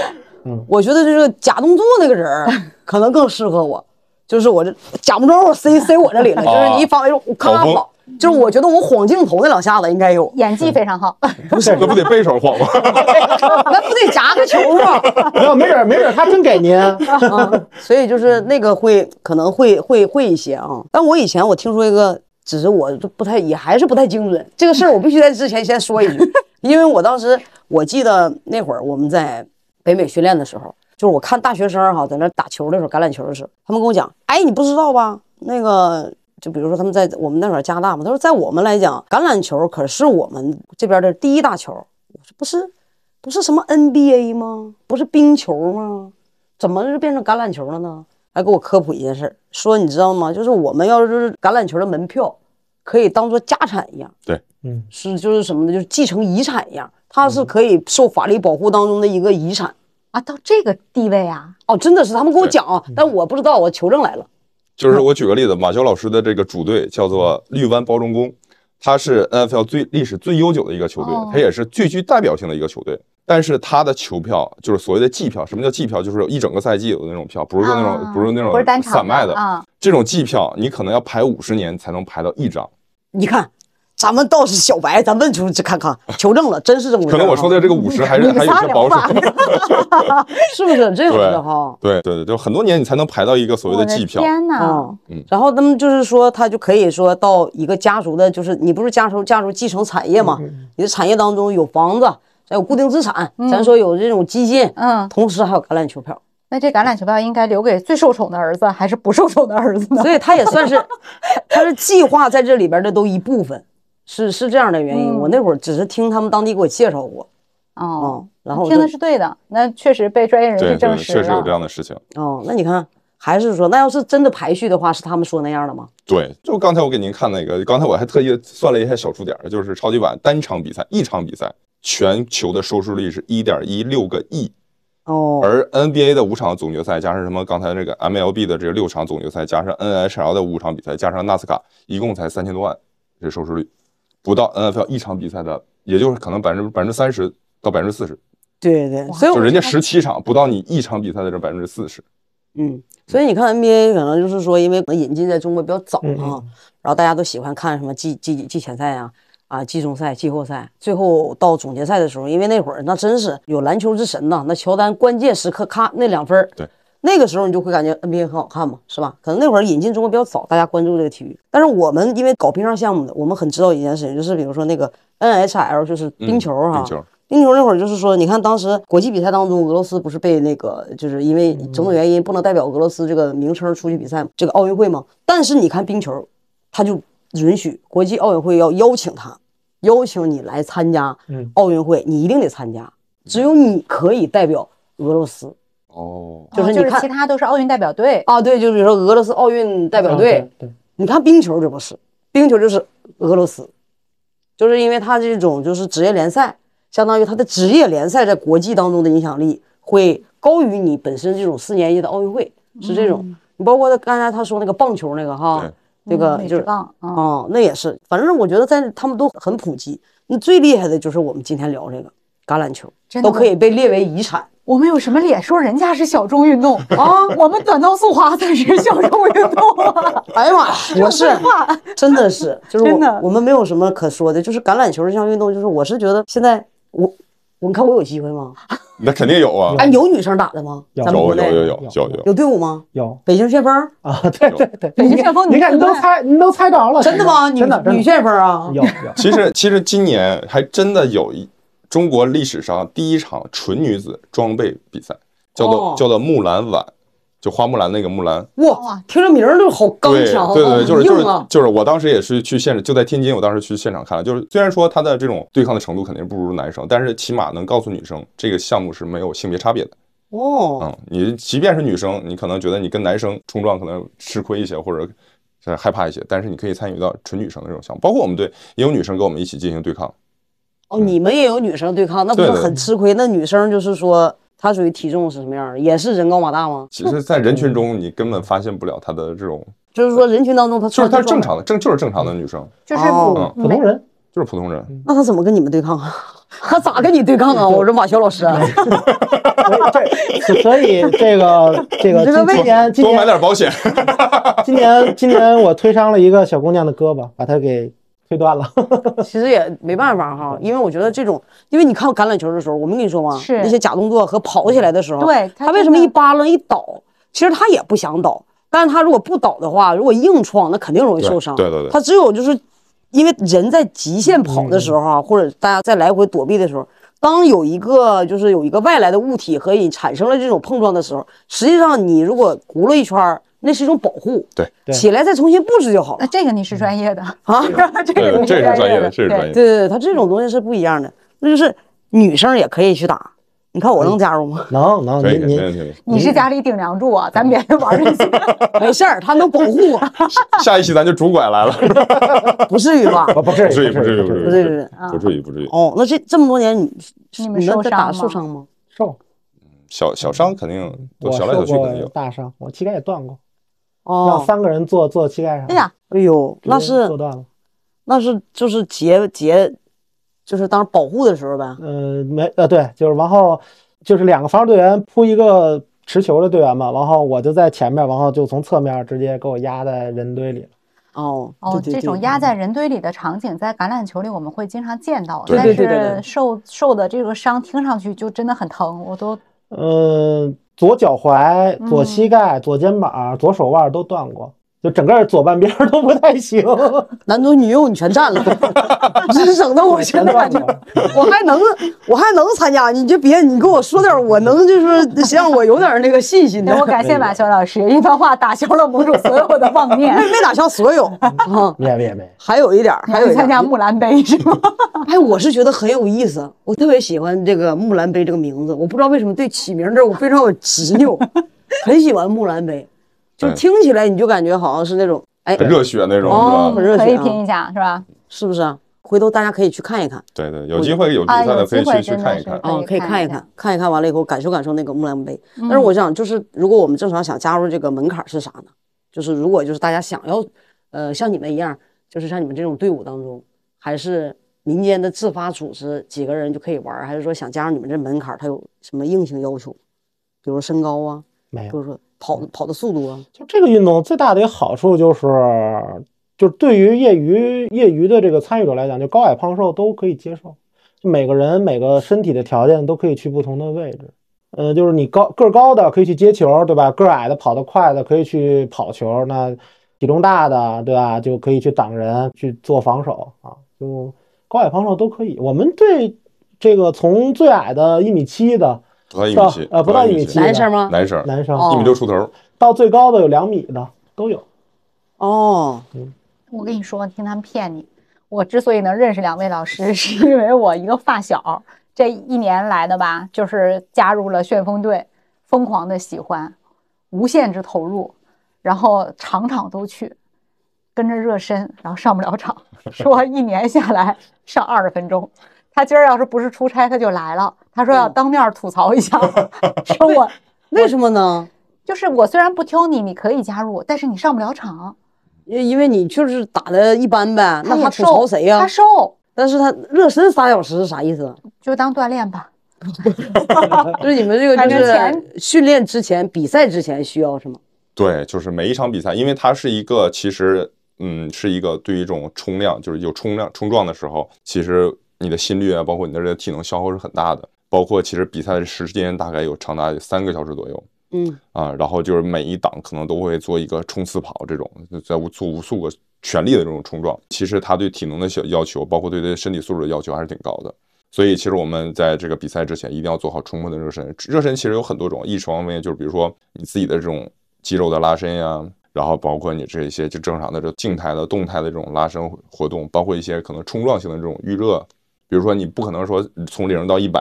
S6: 嗯
S4: 我觉得就是假动作那个人儿可能更适合我，就是我这假不中我塞塞我这里了，就是你一哎
S6: 啊
S4: 方我咔
S6: 跑
S4: 咔
S6: 风
S4: 跑，就是我觉得我晃镜头那两下子应该
S6: <laughs>
S4: 有，
S5: 演技非常好，哎
S6: 那不得背手晃吗？ <laughs>
S4: 那不得砸个球吗？
S7: <laughs> 没有，没准儿没准儿他真给
S4: <laughs>
S7: 您。
S4: 啊，所以就是那个会可能会会会一些啊。但我以前我听说一个，只是我就不太也还是不太精准。这个事儿我必须在之前先说一句， <laughs> 因为我当时我记得那会儿我们在北美训练的时候，就是我看大学生儿啊哈在那打球的时候，橄榄球的时候，他们跟我讲，哎，你不知道吧？那个就比如说他们在我们那会儿加拿大嘛，他说在我们来讲，橄榄球可是我们这边的第一大球。我说不是，不是什么 NBA 吗？不是冰球吗？怎么就变成橄榄球了呢？还给我科普一件事儿，说你知道吗？就是我们要是橄榄球的门票，可以当做家产一样，
S6: 对，
S7: 嗯，
S4: 是就是什么呢？就是继承遗产一样，它是可以受法律保护当中的一个遗产。
S5: 啊，到这个地位啊，
S4: 哦，真的是他们跟我
S6: 对
S4: 讲啊，但我不知道，我求证来了。
S6: 就是我举个例子，马修老师的这个主队叫做绿湾包装工，他是 NFL 最历史最悠久的一个球队
S5: 哦，
S6: 他也是最具代表性的一个球队。但是他的球票就是所谓的季票，什么叫季票？就是有一整个赛季有的那种票，不是说那种、
S5: 啊
S6: 不是那种
S5: 不是单场
S6: 散卖的。
S5: 啊，
S6: 这种季票你可能要排五十年才能排到一张。
S4: 你看，咱们倒是小白，咱问出去看看，求证了，真是这么回事、
S6: 可
S4: 啊。
S6: 能我说的这个五十还
S5: 你
S6: 是
S5: 们
S6: 还有
S5: 仨
S6: 些
S5: 聊
S6: 保
S5: 吧
S6: 守。。
S4: 是不是这回
S6: 对
S4: 事哈？
S6: <laughs> 对对对，就很多年你才能排到一个所谓
S5: 我
S6: 的
S5: 的
S6: 季票。
S5: 天哪，
S4: 嗯，然后他们就是说，他就可以说到一个家族的，就是你不是家族家族继承产业嘛？
S6: 嗯
S7: 嗯
S4: 你的产业当中有房子，咱有固定资产，咱说有这种基金，
S5: 嗯
S4: 同时还有橄榄球票，
S5: 那这橄榄球票应该留给最受宠的儿子，还是不受宠的儿子呢？
S4: 所以他也算
S5: <laughs>
S4: 是他是计划在这里边的都一部分，是是这样的原因。我那会儿只是听他们当地给我介绍过，
S5: 嗯哦
S4: 嗯，然后我
S5: 听
S4: 就
S5: 的是对的，那确实被专业人
S6: 对
S5: 士
S6: 对，
S5: 证实
S6: 确实有这
S5: 了。
S6: 样的事情。
S4: 哦，那你看还是说，那要是真的排序的话，是他们说那样的吗？
S6: 对，就刚才我给您看那个，刚才我还特意算了一下小数点儿，就是超级碗单场比赛，一场比赛全球的收视率是一点一六个亿，
S4: 哦，
S6: 而 NBA 的五场总决赛加上什么刚才那个 MLB 的这六场总决赛，加上 NHL 的五场比赛，加上纳斯卡，一共才三千多万，这收视率不到 NFL 一场比赛的，也就是可能百分之百分之三十到百分之四十，
S4: 对对，所以
S6: 就
S4: 哎我
S6: 人家十七场不到你一场比赛的这百分之四十。
S4: 嗯，所以你看 NBA 可能就是说，因为可能引进在中国比较早
S7: 嗯嗯
S4: 啊，然后大家都喜欢看什么季季季前赛啊、啊季中赛、季后赛，最后到总决赛的时候，因为那会儿那真是有篮球之神呐，那乔丹关键时刻咔那两分儿
S6: 对。
S4: 那个时候你就会感觉 NBA 很好看嘛，是吧？可能那会儿引进中国比较早，大家关注这个体育。但是我们因为搞冰上项目的，我们很知道一件事情，就是比如说那个 NHL 就是冰球啊哈、
S6: 冰球
S4: 冰球那会儿就是说，你看当时国际比赛当中，俄罗斯不是被那个就是因
S7: 嗯
S4: 为种种原因不能代表俄罗斯这个名称出去比赛这个奥运会嘛。但是你看冰球，他就允许国际奥运会要邀请他，邀请你来参加
S7: 嗯
S4: 奥运会，你一定得参加，只有你可以代表俄罗斯
S6: 哦，
S5: 哦
S4: 就是你
S5: 就是
S4: 看
S5: 其他都是奥运代表队，
S4: 啊。对，就比如说俄罗斯奥运代表队，
S7: 啊对对，
S4: 你看冰球就不是，冰球就是俄罗斯，就是因为它这种就是职业联赛，相当于它的职业联赛在国际当中的影响力会高于你本身这种四年一届的奥运会，是这
S5: 嗯
S4: 种。你包括刚才他说那个棒球那个哈，这个
S5: 嗯美
S4: 就
S5: 职
S4: 是
S5: 棒啊，
S4: 哦，那也是，反正我觉得在他们都很普及。那最厉害的就是我们今天聊这个橄榄球，
S5: 真的
S4: 都
S5: 吗
S4: 可以被列为遗产。
S5: 我们有什么脸说人家是小众运动啊？我们短道速滑才是小众运动啊！
S4: 哎呀妈呀，我
S5: <laughs>
S4: 是真的是，就是
S5: 真的
S4: 我我们没有什么可说的，就是橄榄球这项运动，就是我是觉得现在我。我你看我有机会吗？
S6: 那肯定有啊，
S4: 哎，有女生打的吗？
S7: 有
S4: 咱们
S6: 有
S4: 国
S6: 有
S4: 内
S6: 有有有有，
S4: 有队伍吗？
S7: 有
S4: 北京旋风
S7: 啊，对对对，
S5: 北京旋风
S7: 你
S5: 女
S7: 看
S5: 神
S7: 你都
S5: 队
S7: 猜，你都猜着了，
S4: 真的
S6: 哎
S4: 吗？女
S7: 真的真
S4: 女
S7: 的
S4: 旋风
S6: 嗯
S4: 啊！
S7: 有有。
S6: <laughs> 其实，其实今年还真的有一中国历史上第一场纯女子装备比赛，叫做、
S4: 哦
S6: 叫做木兰碗，就花木兰那个木兰。
S4: 哇
S5: 哇，
S4: 听这名儿就好刚
S6: 对
S4: 强啊，
S6: 对对，就是
S4: 硬
S6: 就是
S4: 啊！
S6: 就是，我当时也是去现场，就在天津，我当时去现场看了，就是虽然说她的这种对抗的程度肯定不如男生，但是起码能告诉女生这个项目是没有性别差别的。
S4: 哦，
S6: 嗯，你即便是女生，你可能觉得你跟男生冲撞可能吃亏一些，或者是害怕一些，但是你可以参与到纯女生的这种项目，包括我们队也有女生跟我们一起进行对抗。
S4: 哦，你们也有女生对抗，那不
S6: 对
S4: 是
S6: 对
S4: 很吃亏？那女生就是说，她属于体重是什么样的？也是人高马大吗？
S6: 其实，在人群中
S7: 嗯
S6: 你根本发现不了她的这
S7: 哦
S6: 种，
S4: 就是说人群当中她
S6: 就是
S4: 穿
S6: 她是
S4: 着
S6: 正
S4: 装
S6: 常的，正就是正
S7: 嗯
S6: 常的女生，
S5: 就是
S4: 哦
S7: 普通人，
S6: 就是普通
S7: 嗯
S6: 人。
S4: 那他怎么跟你们对抗啊？ <laughs> 他咋跟你对抗啊？我说马修老师，
S7: 所以所以这个这个
S4: 你这个
S7: 今今年今
S6: 多买
S7: 年
S6: 点保险，
S7: 今年今年我推伤了一个小姑娘的胳膊，把她给推断了。
S4: 其实也没办法哈，因为我觉得这种，因为你看橄榄球的时候，我没跟你说吗？
S5: 是
S4: 那些假动作和跑起来的时候，
S5: 对他
S4: 他为
S5: 真
S4: 什么
S5: 的
S4: 一扒拉一倒？其实他也不想倒，但是他如果不倒的话，如果硬撞，那肯定容易
S6: 对
S4: 受伤。
S6: 对对对
S4: 他只有就是，因为人在极限跑的时候
S5: 嗯
S4: 啊，或者大家在来回躲避的时候，当有一个就是有一个外来的物体和你产生了这种碰撞的时候，实际上你如果轱辘一圈儿，那是一种保护。
S6: 对
S7: 对
S4: 起来再重新布置就好了
S5: 那呃这个你是专业的，
S4: 啊。
S5: <laughs> 这个
S6: 对对，
S5: 你
S6: 这是专业的，
S5: 的，
S6: 这是专业的。
S4: 对对对，他这种东西是不一样的，那就是女生也可以去打。你看我能加入吗？
S7: 能
S6: <laughs>
S7: 能，
S6: 可以，
S7: 哦您
S6: 没
S7: 您
S6: 问题。
S5: 你是家里顶梁柱啊，咱别玩这些。
S4: 没事儿，他能保护我，
S6: 下一期咱就主拐来了，
S4: 不至于吧？
S7: 不不至于
S6: 不至于，不至于，不至于，
S7: 不至于
S4: 不
S6: 不至
S4: 至
S6: 于
S4: 于
S5: 啊
S6: <laughs>
S7: 嗯
S6: 不至于，不至于。
S4: 哦，那这这么多年你
S5: 你们
S4: 能
S5: 受
S4: 在
S5: 伤
S4: 打
S5: 吗
S4: 受伤吗？
S7: 受，
S6: 小小伤肯定，
S7: 嗯我
S6: 小来小
S7: 受
S6: 去肯定
S7: 过
S6: 有。
S7: 大伤，我膝盖也断过，让
S4: 哦，
S7: 三个人坐坐膝盖上，
S5: 哎呀，
S4: 哎呦，
S7: 直接
S4: 那是
S7: 坐断了。
S4: 那是就是结结，就是当保护的时候呗。
S7: 呃，没呃，对，就是然后就是两个防守队员扑一个持球的队员嘛，然后我就在前面，然后就从侧面直接给我压在人堆里了。
S4: 哦，
S5: 哦，
S4: 对对
S5: 这种
S4: 对
S5: 压在人堆里的场景，在橄榄球里我们会经常见到，
S6: 对
S5: 但
S4: 对对对对
S5: 是受受的这个伤听上去就真的很疼，
S4: <laughs>
S5: 我都
S7: 嗯，左脚踝、左
S5: 嗯
S7: 膝盖、左肩膀、左手腕都断过，就整个左半边儿都不太行。 <laughs>
S4: 男左女右你全占了，真整的我现在感觉
S7: 全断
S4: 我还能我还能参加，你就别你跟我说点儿，我能就是让我有点儿那个信心的
S5: 那。哎我感谢马修老师，一番话打消了盟主所有的妄念。
S4: 没没打消所
S5: <laughs>
S4: 有啊、
S7: 没没没，
S4: 还有一点儿， <laughs> 还有一
S5: 你
S4: 点
S5: 嗯参加
S4: 儿，
S5: 木兰杯是吗？
S4: 哎，我是觉得很有意思，我特别喜欢这个木兰杯这个名字，我不知道为什么对起名这儿我非常有执
S5: <laughs>
S4: 拗，很喜欢木兰杯，就
S6: 对
S4: 听起来你就感觉好像是那种，哎，
S6: 哎很热血那种
S4: 哦
S6: 是吧？
S4: 很热
S5: 可
S4: 血
S5: 以
S4: <laughs> 啊
S5: 拼一下是吧？
S4: 是不是啊？回头大家可以去看一看，
S6: 对对，有机会有比赛的可以
S5: 啊有
S6: 去
S5: 机
S6: 去
S5: 会
S6: 看一
S5: 真的
S6: 看
S5: 是。
S4: 啊，
S5: 可以
S4: 以看
S5: 看一
S4: 一看，看一看完了以后感受感受那个木兰杯。但是
S5: 嗯
S4: 我想，就是如果我们正常想加入这个门槛是啥呢？就是如果就是大家想要，呃，像你们一样，就是像你们这种队伍当中，还是民间的自发组织，几个人就可以玩儿，还是说想加入你们这门槛，它有什么硬性要求？比如身高啊，
S7: 没
S4: 比
S7: 有。
S4: 如说跑跑的速度啊，
S7: 就这个运动最大的一个好处就是，就是对于业余业余的这个参与者来讲，就高矮胖瘦都可以接受，就每个人每个身体的条件都可以去不同的位置。呃，就是你高个儿高的可以去接球，对吧？个儿矮的跑得快的可以去跑球，那体重大的，对吧？就可以去挡人，去做防守啊，就高矮胖瘦都可以。我们对这个从最矮的一米七的
S6: 不到一
S7: 到
S6: 米七，
S7: 呃不到一米七
S4: 男生吗？
S6: 男生
S7: 男生，
S4: 哦
S6: 一米六出头，
S7: 到最高的有两米的都有。
S4: 哦，
S5: 我跟你说，听他们骗你。我之所以能认识两位老师， <laughs> 是因为我一个发小这一年来的吧，就是加入了旋风队，疯狂的喜欢，无限制投入，然后场场都去，跟着热身，然后上不了场，
S4: <laughs>
S5: 说一年下来上二十分钟。他今儿要是不是出差，他就来了。他说要
S4: 嗯
S5: 当面吐槽一下，
S4: <laughs>
S5: 说我
S4: 为什么呢？
S5: 就是我虽然不挑你，你可以加入，但是你上不了场。
S4: 因因为你就是打的一般呗，那
S5: 也
S4: 他吐槽
S5: 瘦
S4: 谁呀、
S5: 他哦瘦，
S4: 但是他热身仨小时是啥意思？啊
S5: 就当锻炼
S6: <laughs>
S5: 吧。嗯
S4: 就是你们这个
S5: 反
S4: 就
S5: 正
S4: 是
S5: 前
S4: 训练之前、比赛之前需要是吗？
S6: 对，就是每一场比赛，因为它是一个其实嗯是一个对于一种冲量，就是有冲量冲撞的时候，其实你的心率啊，包括你的这个体能消耗是很大的，包括其实比赛的时间大概有长达三个小时左右。
S4: 嗯，
S6: 啊，然后就是每一档可能都会做一个冲刺跑这种，就在无做无数个全力的这种冲撞。其实他对体能的小要求，包括对对身体素质的要求还是挺高的。所以其实我们在这个比赛之前一定要做好充分的热身。热身其实有很多种，一方面就是比如说你自己的这种肌肉的拉伸呀、然后包括你这一些就正常的这静态的、动态的这种拉伸活动，包括一些可能冲撞性的这种预热，比如说你不可能说从零到一百，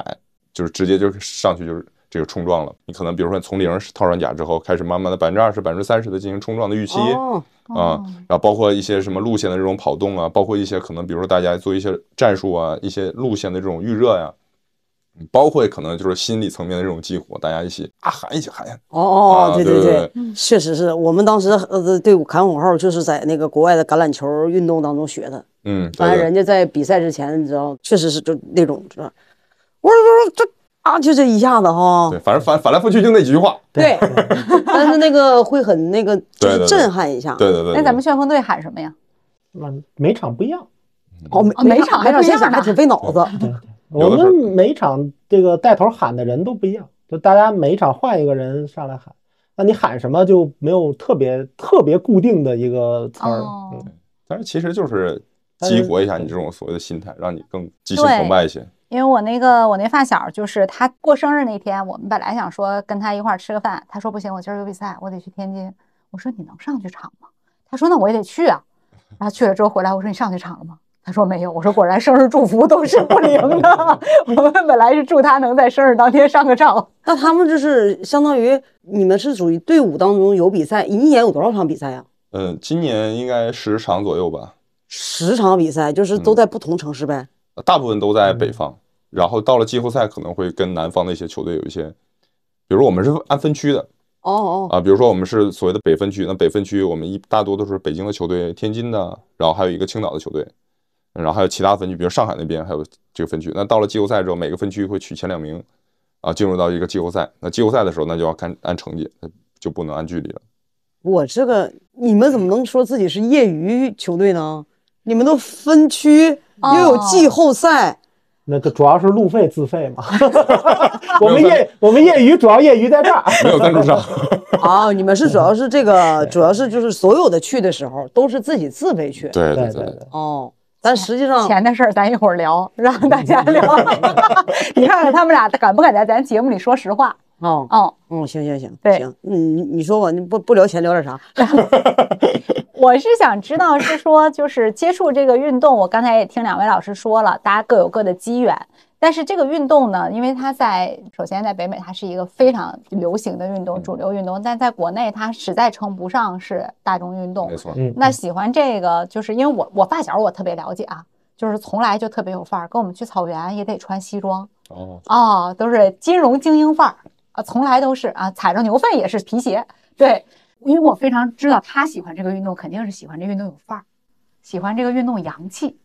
S6: 就是直接就上去就是这个冲撞了。你可能比如说从零套上甲之后，开始慢慢的百分之二十、百分之三十的进行冲撞的预期啊、
S4: 哦，
S5: 哦
S6: 然后包括一些什么路线的这种跑动啊，包括一些可能比如说大家做一些战术啊、一些路线的这种预热呀、包括可能就是心理层面的这种激活，大家一起啊喊，一起喊呀，
S4: 哦哦，
S6: 啊
S4: 哦，对
S6: 对对
S4: 对，
S5: 嗯
S4: 确实是我们当时呃队伍喊口号就是在那个国外的橄榄球运动当中学的。
S6: 嗯，对
S4: 完了，
S6: 对
S4: 人家在比赛之前，你知道，确实是就那种，是吧？我说这啊，就这一下子哈
S6: 对，，反正反反来覆去就那几句话，
S4: 对， <laughs> 但是那个会很那个，就
S6: 对对
S4: 是
S6: 对
S4: 震撼一下。
S6: 对对对对。
S5: 那咱们旋风队喊什么呀？
S7: 那每场不一样，
S4: 哦，
S5: 哦
S4: 每
S5: 每场
S4: 每
S5: 还
S4: 场
S5: 不一
S4: 现
S5: 样
S4: 场还
S5: 呢
S4: 挺费脑
S6: <laughs>
S4: 子，
S6: 有
S7: 我
S6: 的时候
S7: 们每场这个带头喊的人都不一样，就大家每一场换一个人上来喊，那你喊什么就没有特别特别固定的一个词儿。
S5: 哦
S7: 嗯
S6: 但是其实就是
S7: 但是
S6: 激活一下你这种所谓的心态，让你更激情
S5: 对
S6: 澎湃一些。
S5: 因为我那个我那发小，就是他过生日那天，我们本来想说跟他一块儿吃个饭，他说不行，我今儿有比赛，我得去天津。我说你能上去场吗？他说那我也得去啊。然后去了之后回来，我说你上去场了吗？他说没有。我说果然生日祝福都是不灵的。 <laughs> 我们本来是祝他能在生日当天上个场，
S4: 那他们就是相当于你们是属于队伍当中有比赛，一年有多少场比赛呀、啊
S6: 嗯，今年应该十场左右吧，
S4: 十场比赛，就是
S6: 嗯
S4: 都在不同城市呗。
S6: 大部分都在北方。然后到了季后赛，可能会跟南方的一些球队有一些，比如我们是按分区的
S4: 哦哦，
S6: 啊，比如说我们是所谓的北分区，那北分区我们一大多都是北京的球队、天津的，然后还有一个青岛的球队，然后还有其他分区，比如上海那边还有这个分区。那到了季后赛之后，每个分区会取前两名啊，进入到一个季后赛。那季后赛的时候，那就要看按成绩，就不能按距离了。
S4: 我这个你们怎么能说自己是业余球队呢？你们都分区，
S5: 哦
S4: 又有季后 <laughs> 赛，
S7: 那个主要是路费自费
S6: <laughs>
S7: 嘛，我们业我们业余主要业余在这儿，
S6: 没有赞助商， <laughs>
S4: 啊，你们是主要是这 <laughs> 个，主要是就是所有的去的时候都是自己自费去。
S6: 对
S7: 对对
S6: 对
S7: 对。
S4: 哦，但实际上
S5: 钱的事儿咱一会儿聊，让大家聊。 <laughs> 你看看他们俩敢不敢在咱节目里说实话？
S4: 哦，
S5: 哦，
S4: 嗯，行行行，
S5: 对
S4: 行，你你你说吧，你不不聊钱聊点啥？
S5: 我是想知道，是说就是接触这个运动，我刚才也听两位老师说了，大家各有各的机缘。但是这个运动呢，因为它在首先在北美，它是一个非常流行的运
S6: 嗯
S5: 动，主流运动，但在国内它实在称不上是大众运动
S6: 没。错，
S7: 嗯，
S5: 那喜欢这个，就是因为我我发小我特别了解啊，就是从来就特别有范儿，跟我们去草原也得穿西装，
S6: 哦，
S5: 哦，都是金融精英范儿啊，从来都是啊，踩着牛粪也是皮鞋。对，因为我非常知道他喜欢这个运动，肯定是喜欢这运动有范儿，喜欢这个运动洋气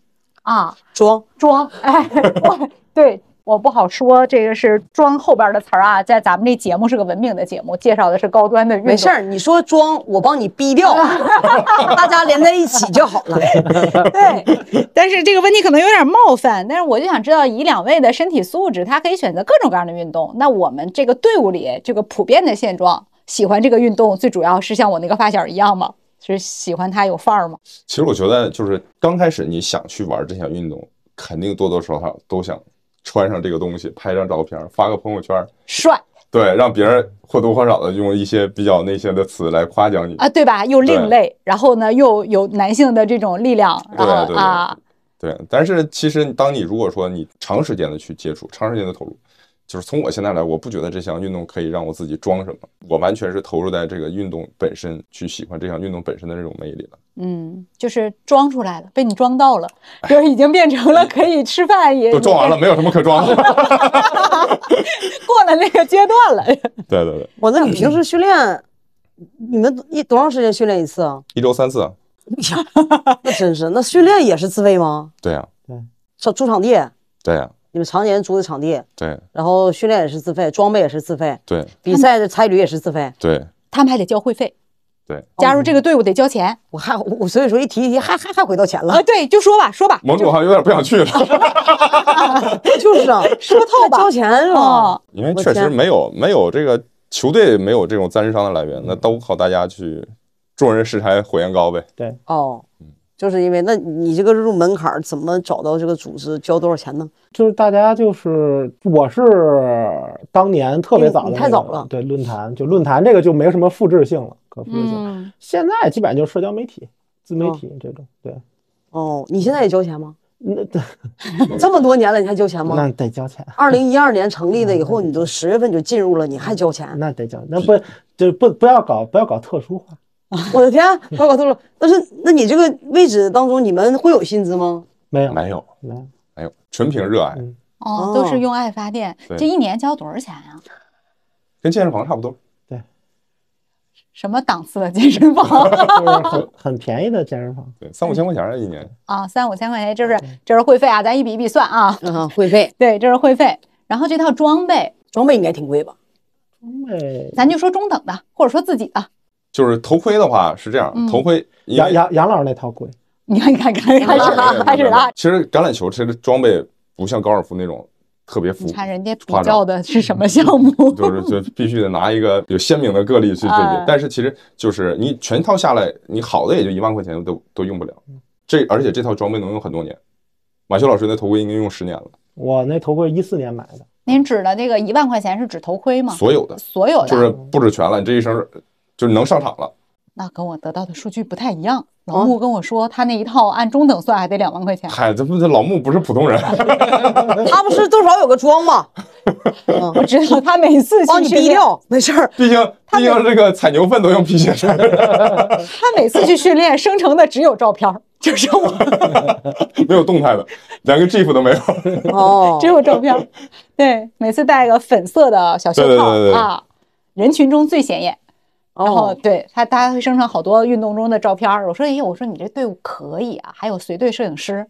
S5: 啊，
S4: 装
S5: 装哎，我对。我不好说，这个是装后边的词儿啊，在咱们这节目是个文明的节目，介绍的是高端的运动。
S4: 没事儿，你说装，我帮你逼 <laughs> 掉，大家连在一起就好了。 <laughs>
S6: <laughs>
S5: 对，但是这个问题可能有点冒犯，但是我就想知道，以两位的身体素质，他可以选择各种各样的运动。那我们这个队伍里，这个普遍的现状，喜欢这个运动，最主要是像我那个发小一样吗？是喜欢他有范儿吗？
S6: 其实我觉得就是刚开始你想去玩这项运动，肯定多多少少都想穿上这个东西，拍张照片，发个朋友圈，
S5: 帅
S6: 对，让别人或多或少的用一些比较那些的词来夸奖你。
S5: 啊，对吧？又另类，然后呢，又有男性的这种力量，然
S6: 对对
S5: 后
S6: 对
S5: 啊，
S6: 对，但是其实当你如果说你长时间的去接触，长时间的投入，就是从我现在来，我不觉得这项运动可以让我自己装什么，我完全是投入在这个运动本身，去喜欢这项运动本身的这种魅力了。
S5: 嗯，就是装出来了，被你装到了，就是已经变成了可以吃饭也
S6: 哎都装完了，没有什么可装的。
S5: 过了那个阶段
S6: <laughs>
S5: 了。
S6: 对对对，
S4: 我那你平时训练，你们一多长时间训练一次啊？
S6: 一周三次啊，
S4: 那真是，那训练也是自费吗？
S6: 对呀、
S4: 上租场地，
S6: 对呀、啊
S4: 你们常年租的场地，
S6: 对
S4: 然后训练也是自费，装备也是自费，
S6: 对
S4: 比赛的差旅也是自费。
S6: 对
S5: 他们还得交会费，
S6: 对，
S5: 加入这个队伍得交钱。
S4: 我还我所以说一提一提，还还还回到钱
S5: 啊，
S4: 了，
S5: 对，就说吧，说吧，
S6: 盟主好像有点不想去了，
S4: 就是啊，
S5: 说透吧
S4: 交钱是吧
S5: 哦？，
S6: 因为
S4: 我
S6: 确实
S4: 天
S6: 没有没有这个球队没有这种赞助商的来源，
S5: 嗯
S6: 那都靠大家去众人拾柴火焰高呗。
S4: 哦，就是因为那你这个入门槛儿怎么找到这个组织，交多少钱呢？
S7: 就是大家就是我是当年特别早的
S4: 你你
S7: 那个、
S4: 太早了
S7: 对论坛就论坛这个就没有什么复制性了，可
S5: 嗯
S7: 复制性。
S4: 嗯
S7: 现在基本上就是社交媒体、自媒体这种，对。
S4: 哦，你现在也交钱吗？
S7: 那
S4: 这么多年了，你还交钱吗？
S7: 那得交钱，
S4: 二零一二年成立的以后，你都十月份就进入了，你还交钱？
S7: 那得交，那不就不不要搞不要搞特殊化，
S4: 我的天，啊高考透露。但是，那你这个位置当中，你们会有薪资吗？
S7: 没有
S6: 没有
S7: 没有，
S6: 没有，纯凭热爱，
S4: 哦，
S5: 哦都是用爱发电。
S6: 对
S5: 这一年交多少钱啊呀、
S6: 跟健身房差不多。
S5: 什么档次的健
S4: <laughs>
S5: 身房
S7: 就是很很便宜的健身房，
S6: 对，三五千块钱儿一年，
S5: 啊？三五千块钱，这是这是会费啊，咱一笔一笔算啊。
S4: 啊，会费
S5: 对，这是会费。然后这套装备，
S4: 装备应该挺贵吧？
S7: 因为
S5: 咱就说中等的，或者说自己的
S6: 就是头盔的话是这样
S5: 嗯，
S6: 头盔因
S7: 杨
S6: 为
S7: 杨杨老师那套贵，
S5: 你看，你看，
S4: <laughs>
S5: 开始开始了，开始了。
S6: 其实橄榄球其实装备不像高尔夫那种特别复
S4: 嗯
S5: 你
S6: 古，
S5: 看人家比
S6: 夸张
S5: 较的是什么项目？ <laughs>
S6: 就是就必须得拿一个有鲜明的个例去对比
S5: 哎。
S6: 但是其实就是你全套下来，你好的也就一万块钱都都用不了。这而且这套装备能用很多年。马修老师那头盔应该用十年了，
S7: 我那头盔一四年买的，
S5: 您指的这个一万块钱是指头盔吗？
S6: 所有的
S5: 所有的，
S6: 就是布置全了，你这一身儿就是能上场了。
S5: 那跟我得到的数据不太一样。
S4: 哦
S5: 老穆跟我说，他那一套按中等算还得两万块钱。
S6: 嗨，这不这老穆不是普
S5: <laughs>
S6: 通人，
S4: <laughs> 他们是多少有个妆吧， <laughs> 哦
S5: 我知道他每次
S4: 帮
S5: 去
S4: 你
S5: 训
S4: 逼
S5: 练，
S4: 掉，没事
S5: <laughs>
S4: 儿。
S6: 毕竟毕竟这个踩牛粪都用皮鞋穿。 <laughs>
S5: 他每次去训练生成的只有照片儿，就是我
S6: 没有动态的，连个 GIF 都没有。 <laughs>
S4: 哦
S5: <laughs> 只有照片儿。对，每次戴个粉色的小袖
S6: 对对
S5: 套
S6: 对对
S5: 啊，人群中最显眼。然后
S4: 哦，
S5: 对他，他会生成好多运动中的照片儿。我说，哎，我说你这队伍可以啊，还有随队摄影师。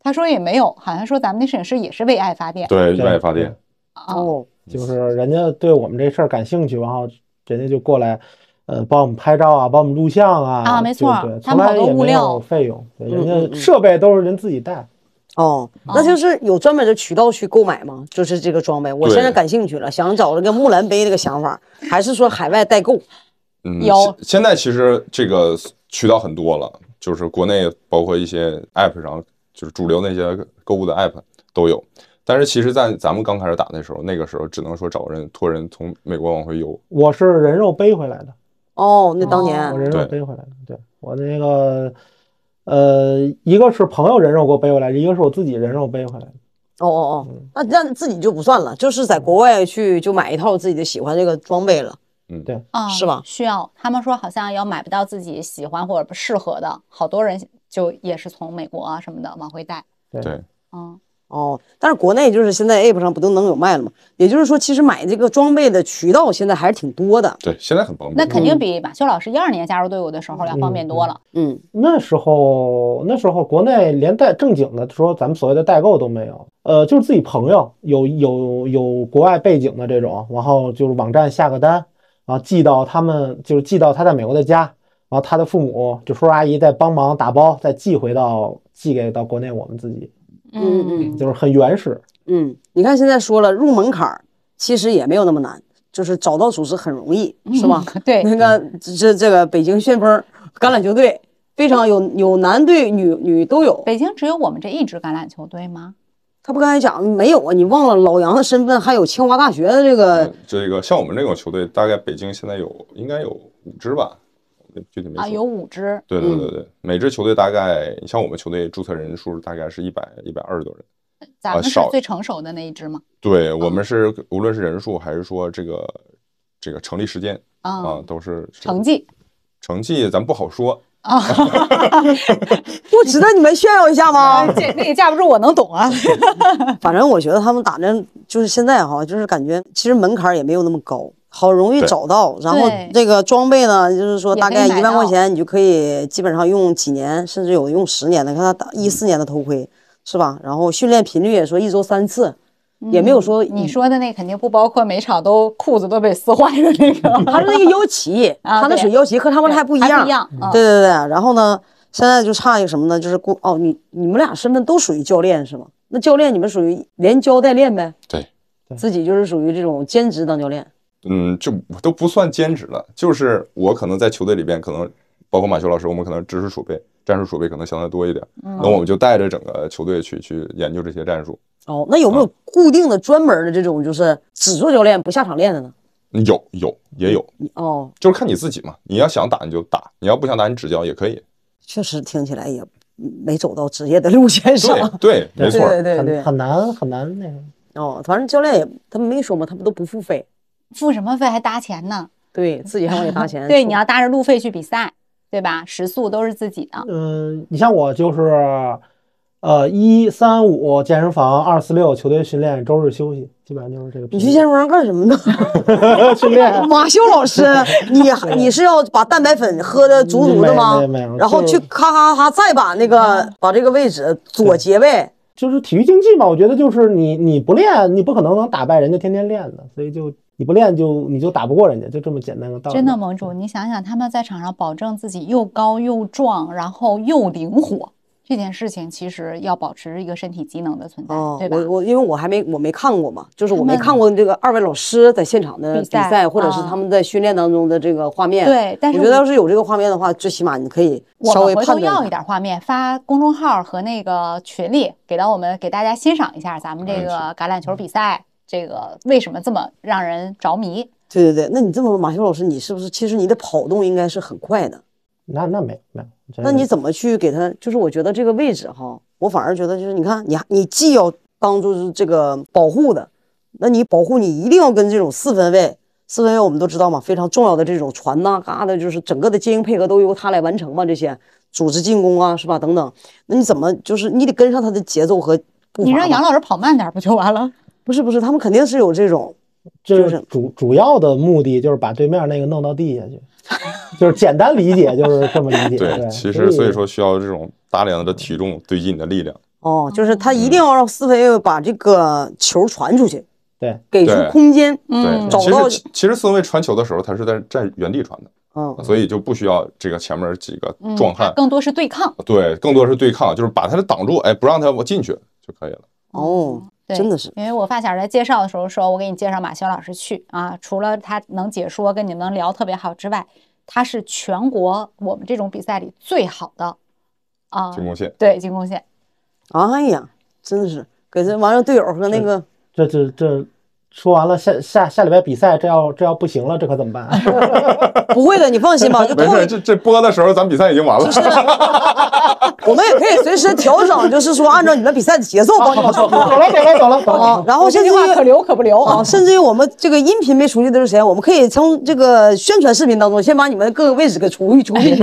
S5: 他说也没有，好像说咱们那摄影师也是为爱发电
S6: 对，
S7: 对
S6: 意外发电，
S5: 啊。
S4: 哦，
S7: 就是人家对我们这事儿感兴趣，然后人家就过来，呃，帮我们拍照啊，帮我们录像啊。
S5: 啊没错
S7: 对对，
S5: 他
S7: 从
S5: 们好
S7: 来
S5: 多
S7: 也
S5: 物
S7: 没
S5: 料
S7: 有费用，
S4: 嗯
S7: 对
S4: 嗯
S7: 人
S4: 嗯
S7: 家设备都是人自己带。
S4: 哦，那就是有专门的渠道去购买吗？就是这个装备，我
S6: 对
S4: 现在感兴趣了，想找这个木兰杯这个想法，还是说海外代购？
S6: 嗯，
S5: 有
S6: 现现在其实这个渠道很多了，就是国内包括一些 App 上，就是主流那些购物的 App 都有。但是其实，在咱们刚开始打的时候，那个时候只能说找人托人从美国往回邮。
S7: 我是人肉背回来的，
S4: 哦，那当年
S5: 哦
S7: 我人肉
S6: 对
S7: 背回来的。对我那个，呃，一个是朋友人肉给我背回来，一个是我自己人肉背回来的。
S4: 哦哦哦，那那自己就不算了，就是在国外去就买一套自己的喜欢这个装备了。
S5: 啊，
S4: 是吧
S5: 需要他们说好像要买不到自己喜欢或者不适合的，好多人就也是从美国啊什么的往回带。
S6: 对，
S5: 嗯，
S4: 哦，但是国内就是现在 App 上不都能有卖了吗？也就是说，其实买这个装备的渠道现在还是挺多的。
S6: 对，现在很方便。
S5: 那肯定比马修老师一二年加入队伍的时候要方便多了。
S4: 嗯，
S7: 那时候，那时候国内连代正经的说咱们所谓的代购都没有，呃，就是自己朋友有有有国外背景的这种，然后就是网站下个单，然后寄到他们就是寄到他在美国的家，然后他的父母就叔叔阿姨再帮忙打包，再寄回到寄给到国内我们自己，
S4: 嗯
S7: 就是很原始。
S4: 嗯，你看现在说了，入门槛儿其实也没有那么难，就是找到组织很容易，
S5: <laughs>
S4: 是吧？
S5: 嗯
S4: <laughs>
S5: 对，
S4: 那个这这个北京旋风橄榄球队非常有有男队女女都有。
S5: 北京只有我们这一支橄榄球队吗？
S4: 他不刚才讲没有啊？你忘了老杨的身份还有清华大学的这个
S6: 嗯这个像我们这种球队，大概北京现在有应该有五支吧，具体没
S5: 啊，
S6: 数
S5: 有嗯五支。
S6: 对对对对，每支球队大概像我们球队注册人数大概是一百一百二十多人。
S5: 咱们是
S6: 少
S5: 最成熟的那一支吗？
S6: 对我
S5: 啊
S6: 们是无论是人数还是说这个这个成立时间啊
S5: 啊，，
S6: 都是是
S5: 成绩
S6: 成绩咱不好说，
S5: 啊，
S4: 不值得你们炫耀一下
S5: <laughs>
S4: 吗？
S5: 啊这那也架不住我能懂啊。
S4: 反正我觉得他们打的，就是现在哈，就是感觉其实门槛也没有那么高，好容易
S6: 对
S4: 找到。然后
S5: 对
S4: 这个装备呢，就是说
S5: 也
S4: 大
S5: 可以
S4: 概
S5: 买
S4: 一万
S5: 到
S4: 块钱，你就可以基本上用几年，甚至有的用十年的。看他
S5: 嗯
S4: 打一四年的头盔是吧？然后训练频率也说一周三次，也没有说
S5: 你说的那肯定不包括每场都裤子都被撕坏的那个。
S4: 他是那个腰旗，
S5: 啊
S4: 他那
S5: 对
S4: 属于腰旗，和他们还不一
S5: 还
S4: 样。
S5: 不一样。
S7: 啊
S5: 嗯
S4: 对对对，然后呢，现在就差一个什么呢？就是雇哦，你你们俩身份都属于教练是吗？那教练你们属于连教带练呗？
S6: 对，
S4: 自己就是属于这种兼职当教练。
S6: 嗯，就都不算兼职了，就是我可能在球队里边，可能包括马修老师，我们可能知识储备、战术储备可能相对多一点，
S5: 嗯
S6: 那我们就带着整个球队去去研究这些战术。
S4: 哦，那有没有
S6: 啊
S4: 固定的专门的这种就是只做教练不下场练的呢？
S6: 嗯有有也有，
S4: 哦，
S6: 就是看你自己嘛，你要想打你就打，你要不想打你指教也可以。
S4: 确实听起来也没走到职业的路线上。
S6: 对 <laughs> 对，没错儿，
S4: 对对对
S7: 很很难很难那个。
S4: <laughs> 哦，反正教练也他们没说嘛，他们都不付费，
S5: 付什么费还搭钱呢？
S7: <laughs>
S4: 对自己还往里搭钱。
S5: 对，
S7: 啊
S5: 你要搭着路费去比赛，对吧？食宿都是自己的。
S7: 嗯，你像我就是，呃，一三五健身房，二四六球队训练，周日休息，基本上就是这个频
S4: 你
S7: 率。
S4: 去健身房干什么呢？
S7: 训练
S4: 马修老
S7: <laughs>
S4: 师，你你是要把蛋白粉喝的足足的吗
S7: 没？没没有
S4: 然后
S7: 就
S4: 去咔咔咔，再把那个把这个位置左结位。
S7: 就是体育竞技嘛，我觉得就是你你不练，你不可能能打败人家天天练的，所以就你不练就你就打不过人家，就这么简单的道理。
S5: 真的，盟主，你想想，他们在场上保证自己又高又壮，然后又灵活，这件事情其实要保持一个身体机能的存在，
S4: 哦
S5: 对，吧？
S4: 我我因为我还没我没看过嘛，就是我没
S5: 他们
S4: 看过这个二位老师在现场的
S5: 比
S4: 比
S5: 赛
S4: 赛，或者是
S5: 啊
S4: 他们在训练当中的这个画面。
S5: 对但是
S4: 我觉
S5: 我
S4: 得要是有这个画面的话，最起码你可以
S5: 我
S4: 稍
S5: 们
S4: 微
S5: 回头
S4: 判断
S5: 要
S4: 下
S5: 一点画面，发公众号和那个群里，给到我们给大家欣赏一下咱们这
S6: 没问
S5: 个橄
S4: 嗯
S5: 榄球比赛，这个为什么这么让人着迷？
S4: 对对对，那你这么说，马修老师，你是不是其实你的跑动应该是很快的？
S7: 那那没有没有。真
S4: 那
S7: 是
S4: 你怎么去给他？就是我觉得这个位置哈，我反而觉得就是你看你你既要当做这个保护的，那你保护你一定要跟这种四分卫，四分卫我们都知道嘛，非常重要的这种传呐、嘎的，就是整个的接应配合都由他来完成嘛，这些组织进攻啊，是吧？等等，那你怎么就是你得跟上他的节奏和步伐吧？
S5: 你让杨老师跑慢点不就完了？
S4: 不是不是，他们肯定是有这种
S7: 就
S4: 就是
S7: 是主主要的目的就是把对面那个弄到地下去，就是简单理解就是这么理解。
S6: 对，其实所以说需要这种大量的体重堆积你的力量。
S4: 哦，就是他一定要让四分卫把这个球传出去，
S7: 对，
S4: 给出
S6: 对
S4: 空间，
S5: 嗯
S6: 对，
S4: 找
S6: 其
S4: 到
S6: 实其实孙卫传球的时候，他是在在原地传的，
S4: 嗯，
S6: 所以就不需要这个前面几个
S5: 嗯，
S6: 壮
S5: 它
S6: 汉，
S5: 更多是对
S4: 哦
S5: 抗。
S6: 对，更多是对抗，就是把他的挡住，哎，不让他我进去就可以了。
S4: 哦，
S5: 嗯对
S4: 真的是。
S5: 因为我发小在介绍的时候说，我给你介绍马修老师去啊，除了他能解说跟你们能聊特别好之外，他是全国我们这种比赛里最好的啊，
S6: 进攻线，
S5: 对进攻线，
S4: 哎呀，真的是给这完了队友和那个
S7: 这这这说完了，下下下礼拜比赛，这要这要不行了，这可怎么办、
S4: 不会的，你放
S6: <laughs>
S4: 心吧，就
S6: 没
S4: 透
S6: 事，这这播的时候咱比赛已经完了。 <laughs>
S4: 我们也可以随时调整，就是说按照你们比赛的节奏帮你们
S7: 走
S4: 上
S7: 了
S4: 课
S7: 走了走了走了走
S4: 啊
S7: 了。。
S4: 然后甚至于
S5: 留可不留
S4: 啊，甚至于我们这个音频没熟悉的是谁，我们可以从这个宣传视频当中先把你们各个位置给除去除
S6: <laughs>
S4: 去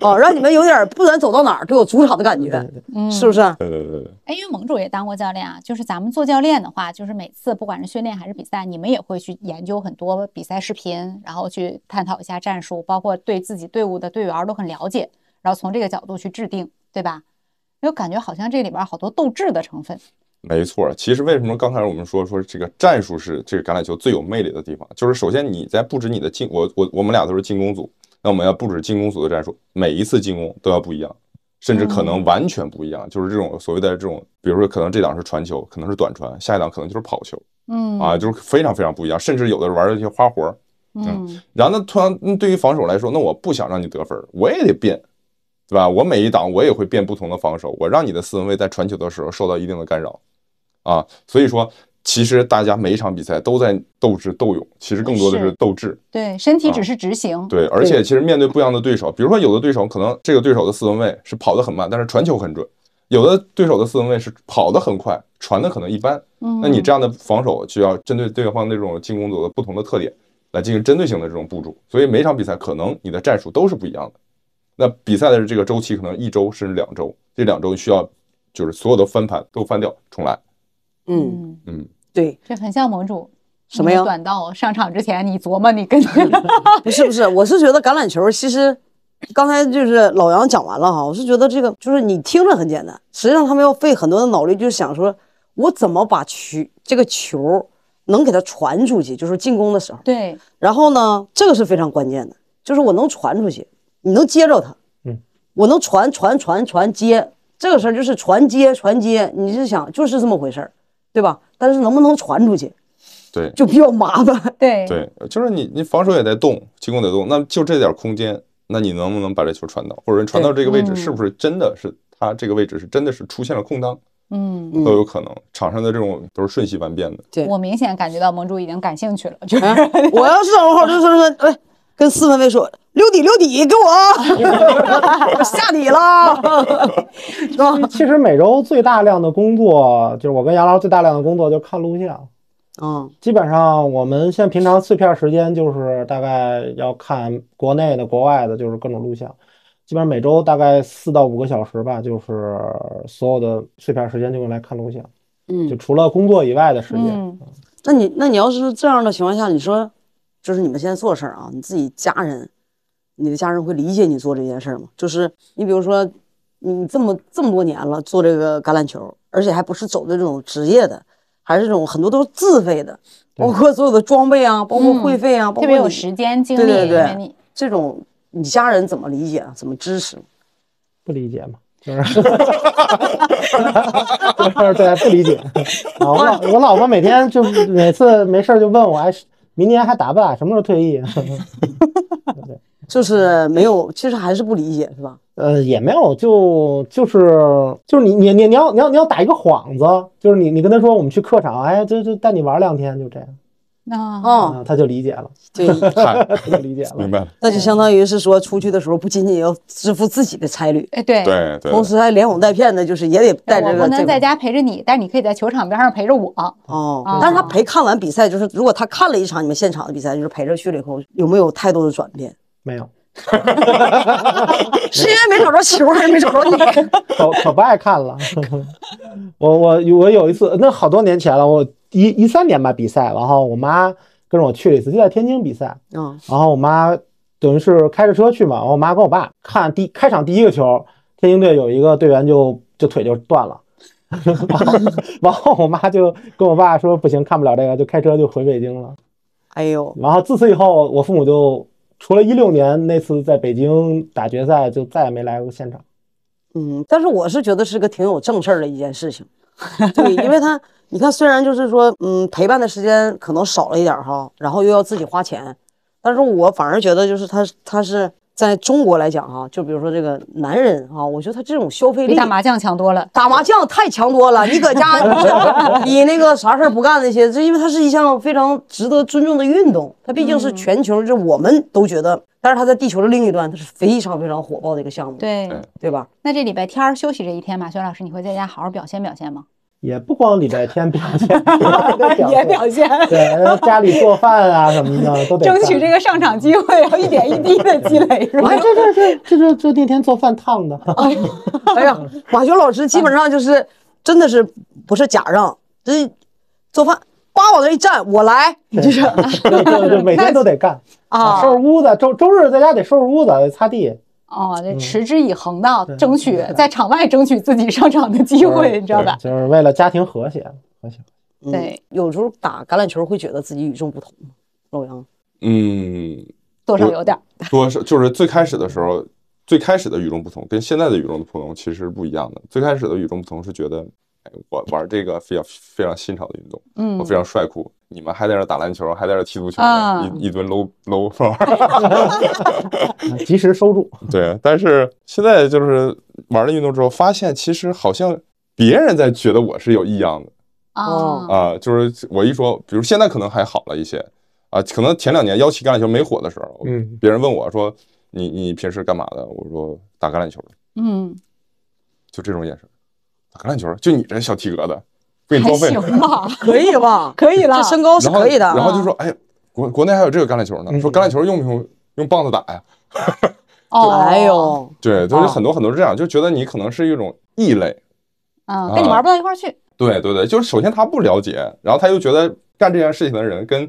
S4: 啊，让你们有点不然走到哪儿都有主场的感觉，是不啊是？
S6: 对对对对，
S5: 嗯哎，因为盟主也当过教练啊，就是咱们做教练的话，就是每次不管是训练还是比赛，你们也会去研究很多比赛视频，然后去探讨一下战术，包括对自己队伍的队员儿都很了解，然后从这个角度去制定，对吧？因为感觉好像这里边儿好多斗志的成分。
S6: 没错。其实为什么刚才我们说说这个战术是这个橄榄球最有魅力的地方，就是首先你在布置你的进，我我我们俩都是进攻组，那我们要布置进攻组的战术，每一次进攻都要不一样。甚至可能完全不一样，就是这种所谓的这种，比如说可能这档是传球，可能是短传，下一档可能就是跑球
S5: 嗯
S6: 啊，就是非常非常不一样。甚至有的玩一些花活儿，
S5: 嗯
S6: 然后呢，突然嗯对于防守来说，那我不想让你得分儿，我也得变，对吧？我每一档我也会变不同的防守，我让你的四分卫在传球的时候受到一定的干扰啊。所以说，其实大家每一场比赛都在斗智斗勇，其实更多的
S5: 是
S6: 是斗智。
S5: 对，身体只
S6: 啊
S5: 是执行，
S6: 对，而且其实面对不一样的对手，比如说有的对手可能这个对手的四分卫是跑得很慢，但是传球很准；有的对手的四分卫是跑得很快，传的可能一般。
S5: 嗯
S6: 那你这样的防守就要针对对方那种进攻组的不同的特点来进行针对性的这种部署，所以每场比赛可能你的战术都是不一样的。那比赛的这个周期可能一周甚至两周，这两周需要就是所有的翻盘都翻掉重来。
S4: 嗯，
S5: 嗯，
S6: 嗯，
S4: 对，
S5: 这很像盟主
S4: 什么呀
S5: 你的短道上场之前，你琢磨
S4: <laughs>
S5: 你跟
S4: 不是不是，我是觉得橄榄球其实，刚才就是老杨讲完了哈，我是觉得这个就是你听着很简单，实际上他们要费很多的脑力，就是想说我怎么把球这个球能给它传出去，就是进攻的时候，
S5: 对，
S4: 然后呢，这个是非常关键的，就是我能传出去，你能接着它，
S7: 嗯，
S4: 我能传传传传接，这个事儿就是传接传接，你是想就是这么回事儿，对吧？但是能不能传出去
S6: 对
S4: 就比较麻烦，
S5: 对
S6: 对，就是你你防守也在动，进攻得动，那就这点空间，那你能不能把这球传到，或者人传到这个位置
S5: 嗯
S6: 是不是真的是他这个位置是真的是出现了空当，
S5: 嗯，
S4: 嗯
S6: 都有可能。场上的这种都是瞬息万变的。
S4: 对
S5: 我明显感觉到盟主已经感兴趣了，就是、
S4: 啊
S5: 嗯
S6: <laughs>
S4: 我要是王浩，就是说，哎，跟四分卫说溜底溜底，给我 <laughs> 下底了，是
S5: <laughs>
S4: 吧？
S7: <laughs> 其实每周最大量的工作就是我跟杨老师最大量的工作就看录像，
S4: 嗯，
S7: 基本上我们现在平常碎片时间就是大概要看国内的、国外的，就是各种录像，基本上每周大概四到五个小时吧，就是所有的碎片时间就用来看录像，
S4: 嗯
S7: 就除了工作以外的时间。
S5: 嗯
S4: 那你那你要是这样的情况下，你说，就是你们现在做的事儿啊，你自己家人，你的家人会理解你做这件事儿吗？就是你比如说，你这么这么多年了做这个橄榄球，而且还不是走的这种职业的，还是这种很多都是自费的，包括所有的装备啊，包括会费啊，包
S5: 嗯特
S4: 括
S5: 别有
S4: 你
S5: 时间精力，
S4: 对对
S5: 因为
S4: 对
S5: 你，
S4: 这种你家人怎么理解啊？怎么支持？
S7: 不理解嘛，就是就是 <laughs> 对不理解啊！我老我老婆每天就每次没事儿就问我，哎，明年还打不打？什么时候退役？
S4: 就是没有，其实还是不理解，是吧？
S7: 呃，也没有，就就是就是你你你你要你要你要打一个幌子，就是你你跟他说我们去客场，哎，就就带你玩两天，就这样
S5: 啊，
S4: 哦，
S7: 啊，他就理解了，
S4: 对， <laughs>
S6: 嗨，
S7: 他就理解了
S6: 明。白了，
S4: 那就相当于是说，出去的时候不仅仅要支付自己的差旅，
S5: 哎对。
S6: 对对，
S4: 同时还连哄带骗的，就是也得带
S5: 我
S4: 这
S5: 不
S4: 个这
S5: 能在
S4: 个。
S5: 家陪着你，但是你可以在球场边上陪着我。
S4: 哦
S5: 啊，
S4: 但是他陪看完比赛，就是如果他看了一场你们现场的比赛，就是陪着去了以后，有没有态度的转变？
S7: 没有，
S4: 是因为没找着球，还是没找着你？
S7: 可可不爱看了。 <laughs> 我我我有一次，那好多年前了，我一一三年吧比赛，然后我妈跟着我去了一次，就在天津比赛，
S4: <laughs> 嗯，
S7: 然后我妈等于是开着车去嘛，然后我妈跟我爸看第开场第一个球，天津队有一个队员就就腿就断了。然后然后我妈就跟我爸说不行，看不了这个，就开车就回北京了。
S4: 哎呦，
S7: 然后自此以后，我父母就除了一六年那次在北京打决赛，就再也没来过现场。
S4: 嗯，但是我是觉得是个挺有正事儿的一件事情，对，因为他，你看，虽然就是说，嗯，陪伴的时间可能少了一点儿哈，然后又要自己花钱，但是我反而觉得就是他，他是在中国来讲哈，就比如说这个男人哈，我觉得他这种消费
S5: 比
S4: 力
S5: 打麻将强多了。
S4: 打麻将太强多了，你搁家你那个啥事儿不干那些，这因为它是一项非常值得尊重的运动，它毕竟是全球，这我们都觉得，但是它在地球的另一端，它是非常非常火爆的一个项目，
S5: 对，
S6: 嗯
S4: 对吧？
S5: 那这礼拜天儿休息这一天，马轩老师，你会在家好好表现表现吗？
S7: 也不光礼拜天表现，也
S5: <laughs> 也表现，
S7: 对，家里做饭啊什么的都得
S5: 争取这
S7: 个。
S5: 个上场机会，要一点一滴的积累，是吧
S7: 哎，？这这这这这这那天做饭烫的，
S5: <laughs>
S4: 哎呀， <laughs> 马修老师基本上就是真的是不是假让，这做饭叭往那一站，我来，
S5: <laughs>
S4: 就是
S7: 对对对，每天都得干
S5: 啊
S7: 收拾屋子，周周日在家得收拾屋子，擦地。
S5: 哦，
S6: 嗯
S5: 这持之以恒的
S7: 对
S5: 争取，在场外争取自己上场的机会，你知道吧？
S7: 就是为了家庭和
S5: <laughs>
S7: 谐，和谐。
S4: 嗯
S5: 对，
S4: 有时候打橄榄球会觉得自己与众不同吗？老杨，
S6: 嗯，
S5: 多少
S6: 我
S5: 有点儿。
S6: 多是就是最开始的时候，最开始的与众不同跟现在的与众不同其实是不一样的。最开始的与众不同是觉得，哎，我玩这个非常非常新潮的运动，
S5: 嗯
S6: 我非常帅酷，你们还在这打篮球，还在这踢足球
S5: 啊
S6: 呢，一一顿 low low 玩儿。 <laughs>
S7: 嗯及时收住，
S6: 对，但是现在就是玩了运动之后，发现其实好像别人在觉得我是有异样的
S5: 啊
S4: 哦
S6: 啊、就是我一说，比如现在可能还好了一些啊、可能前两年幺七橄榄球没火的时候，
S7: 嗯，
S6: 别人问我说你你平时干嘛的？我说打橄榄球的，
S5: 嗯，
S6: 就这种眼神，打橄榄球，就你这小体格子，给
S5: 嗯
S6: 你
S5: 还
S6: 装废
S5: 行
S6: 了。
S5: 吧，
S6: <laughs>
S4: 可以吧？
S5: 可以了
S4: 这。身高是
S6: 然后
S4: 可以的
S6: 然
S4: 啊，
S6: 后就说，哎，国国内还有这个橄榄球呢，
S7: 嗯
S6: 说橄榄球用不用用棒子打呀？
S5: 哦，
S4: 哎，呦。
S6: 对，就是
S4: 啊
S6: 很多很多是这样，就觉得你可能是一种异类。
S5: 嗯，
S6: 啊
S5: 跟你玩不到一块儿去。
S6: 对对对，就是首先他不了解，然后他又觉得干这件事情的人跟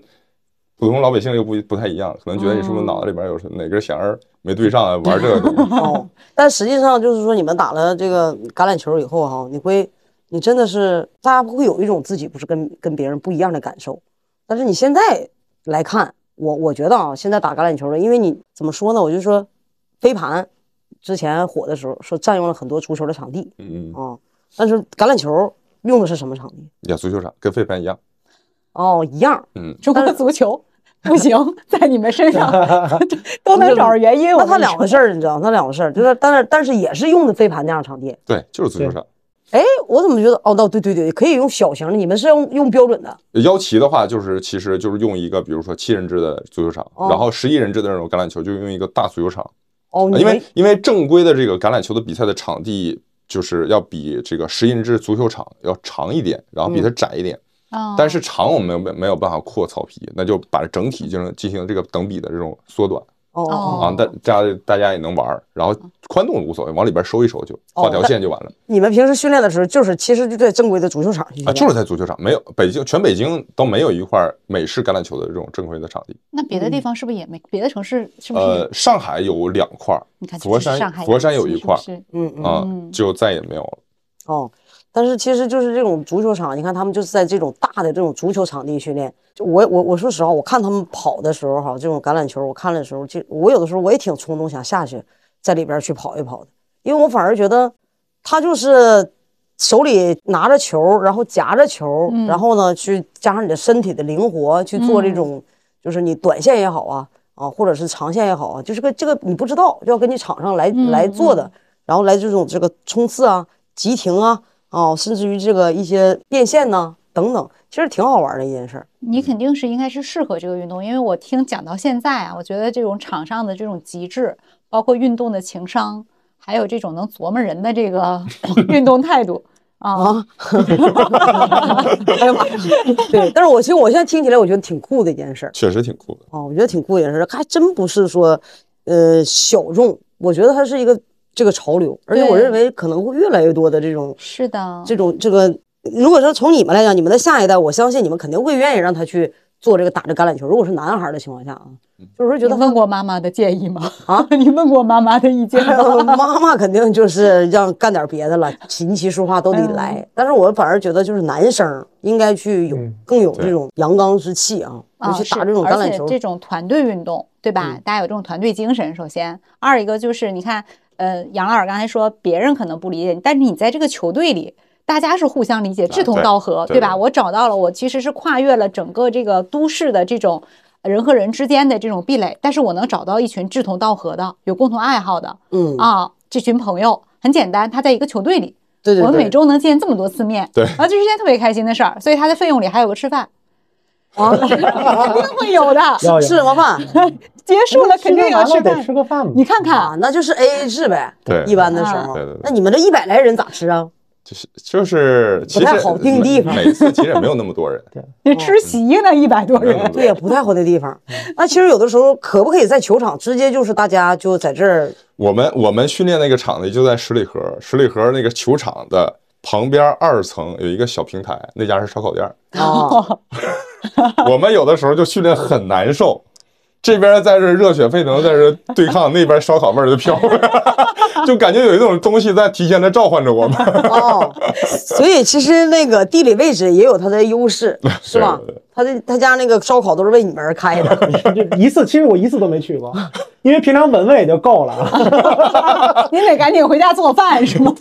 S6: 普通老百姓又不不太一样，可能觉得你是不是脑子里边有什哪根弦儿没对上啊，玩这个东西 <laughs>
S4: 哦， <laughs> 但实际上就是说，你们打了这个橄榄球以后哈、你会，你真的是大家会有一种自己不是跟跟别人不一样的感受。但是你现在来看，我我觉得啊，现在打橄榄球的，因为你怎么说呢？我就说，飞盘之前火的时候，说占用了很多足球的场地
S6: 嗯，嗯，
S4: 啊、但是橄榄球用的是什么场地？
S6: 也足球场跟飞盘一样，
S4: 哦，一样。
S6: 嗯，
S5: 中国足球不行，在你们身上
S6: <laughs>
S5: 都能找着原因。
S4: 那
S5: 我
S4: 它两回事
S5: 儿，
S4: 儿，你知道，它两回事儿，就是但是但是也是用的飞盘那样的场地。
S6: 对，就是足球场。
S4: 哎，我怎么觉得哦，那对对对，可以用小型的，你们是用用标准的。
S6: 腰旗的话，就是其实就是用一个，比如说七人制的足球场，
S4: 哦
S6: 然后十一人制的那种橄榄球，就用一个大足球场，
S4: 哦，你
S6: 啊因为
S4: 们
S6: 因为正规的这个橄榄球的比赛的场地就是要比这个十一人制足球场要长一点，然后比它窄一点。
S4: 哦
S5: 嗯
S6: 但是长我们没有没有办法扩草皮，那就把整体就能进行这个等比的这种缩短
S4: 哦
S5: 哦
S4: 哦，嗯
S6: 啊，大家大家也能玩儿，然后宽度无所谓，往里边收一收就
S4: 哦
S6: 画条线
S4: <laughs>
S6: 就完了
S4: 你们平时训练的时候，就是其实就在正规的足球场去训
S6: 啊，
S4: 练
S6: 就是在足球场没有北京全北京都没有一块美式橄榄球的这种正规的场地，
S5: 那别的地方是不是也没？别的城市是不是也？
S6: 呃，上海有两块儿
S5: 你看，
S6: 佛
S5: 就是
S6: 山
S5: 上海
S6: 佛山有
S5: 西
S6: 一
S5: 是
S6: 块
S5: 不
S6: 儿
S5: 是
S4: 嗯嗯，
S6: 啊
S5: 嗯，
S6: 就再也没有了，
S4: 哦，但是其实就是这种足球场，你看他们就是在这种大的这种足球场地训练。就我我我说实话，我看他们跑的时候哈，这种橄榄球，我看的时候，就我有的时候我也挺冲动想下去，在里边去跑一跑的，因为我反而觉得他就是手里拿着球，然后夹着球，然后呢去加上你的身体的灵活去做这种，就是你短线也好啊啊，或者是长线也好啊，就是个这个你不知道，就要根据场上来
S5: 嗯
S4: 来做的。然后来这种这个冲刺啊、急停啊、啊，甚至于这个一些变线呐、等等，其实挺好玩的一件事儿。
S5: 你肯定是应该是适合这个运动，因为我听讲到现在啊，我觉得这种场上的这种极致，包括运动的情商，还有这种能琢磨人的这个
S4: <laughs>
S5: <laughs> 运动态度
S4: 哦
S5: 啊，
S4: 哎呀妈呀！对，但是我其实我现在听起来，我觉得挺酷的一件事儿
S6: 确实挺酷的。
S4: 啊，我觉得挺酷的一件事儿，还真不是说呃小众，我觉得它是一个这个潮流，而且我
S5: 对
S4: 认为可能会越来越多的这种
S5: 是的，
S4: 这种这个，如果说从你们来讲，你们的下一代，我相信你们肯定会愿意让他去做这个打着橄榄球。如果是男孩儿的情况下
S5: <laughs>
S4: 啊，就是说觉
S5: 你
S4: 得他
S5: 问过妈妈的建议吗？
S4: 啊，
S5: <laughs> 你问过妈妈的意见
S4: 哎
S5: 吗？
S4: 呦妈妈肯定就是让干点别的了，琴棋书画都得来。
S5: 嗯
S4: 但是我反而觉得，就是男生应该去
S6: 嗯
S4: 有、更有这种阳刚之气啊，
S5: 啊，
S4: 尤其
S5: 是
S4: 打这种橄
S5: 而
S4: 榄
S5: 且
S4: 球，嗯
S5: 这种团队运动，对吧？大家有这种团队精神，首先，二一个就是你看，呃，杨老师刚才说别人可能不理解你，但是你在这个球队里。大家是互相理解，志
S4: 啊
S5: 同
S6: 对
S5: 道合，
S6: 对
S5: 对吧？
S6: 对
S5: 我找到了，我其实是跨越了整个这个都市的这种人和人之间的这种壁垒，但是我能找到一群志同道合的、有共同爱好的
S4: 嗯，
S5: 啊，这群朋友很简单，他在一个球队里，
S4: 对对
S5: 我们每
S4: 对，
S5: 周能见这么多次面，
S6: 对
S5: 然后这是件特别开心的事儿，所以他的费用里还有个
S4: <laughs>
S5: 吃饭，
S4: 啊，
S5: 一定会有的。
S7: 要
S4: 吃什么饭
S5: 结束了肯定要
S7: 完
S5: 吃
S7: 了得
S5: 饭
S7: 吃，个饭嘛。 <laughs>
S5: 你看
S4: 啊
S5: 看，，
S4: 那就是 A A 制呗，
S6: 对
S4: 一般的时
S5: 啊
S4: 候
S6: 对对对。
S4: 那你们这一百来人咋吃啊？
S6: 就是就是，其实
S4: 太好定地方
S6: 每每次其实也没有那么多人，
S5: 你吃席呢，一百多
S6: 没有那
S5: 人
S4: <laughs>
S6: 么，多
S4: 对呀，
S6: 人。
S4: 不太好的地方。
S6: 嗯
S4: 那其实有的时候可不可以在球场直接就是大家就在这儿
S6: 我们我们训练那个场地就在十里河，十里河那个球场的旁边二层有一个小平台，那家是烧烤店儿。
S4: 啊？
S6: 我们有的时候就训练很难受，这边在这热血沸腾，在这对抗，那边烧烤味儿就飘了， <laughs> 就感觉有一种东西在提前在召唤着我们。 <laughs>
S4: 哦，所以其实那个地理位置也有它的优势，是吧
S6: 对对对？
S4: 他的他家那个烧烤都是为你们而开的，
S7: 这一次，其实我一次都没去过，因为平常本位也就够了啊，
S5: 您得赶紧回家做饭是吗？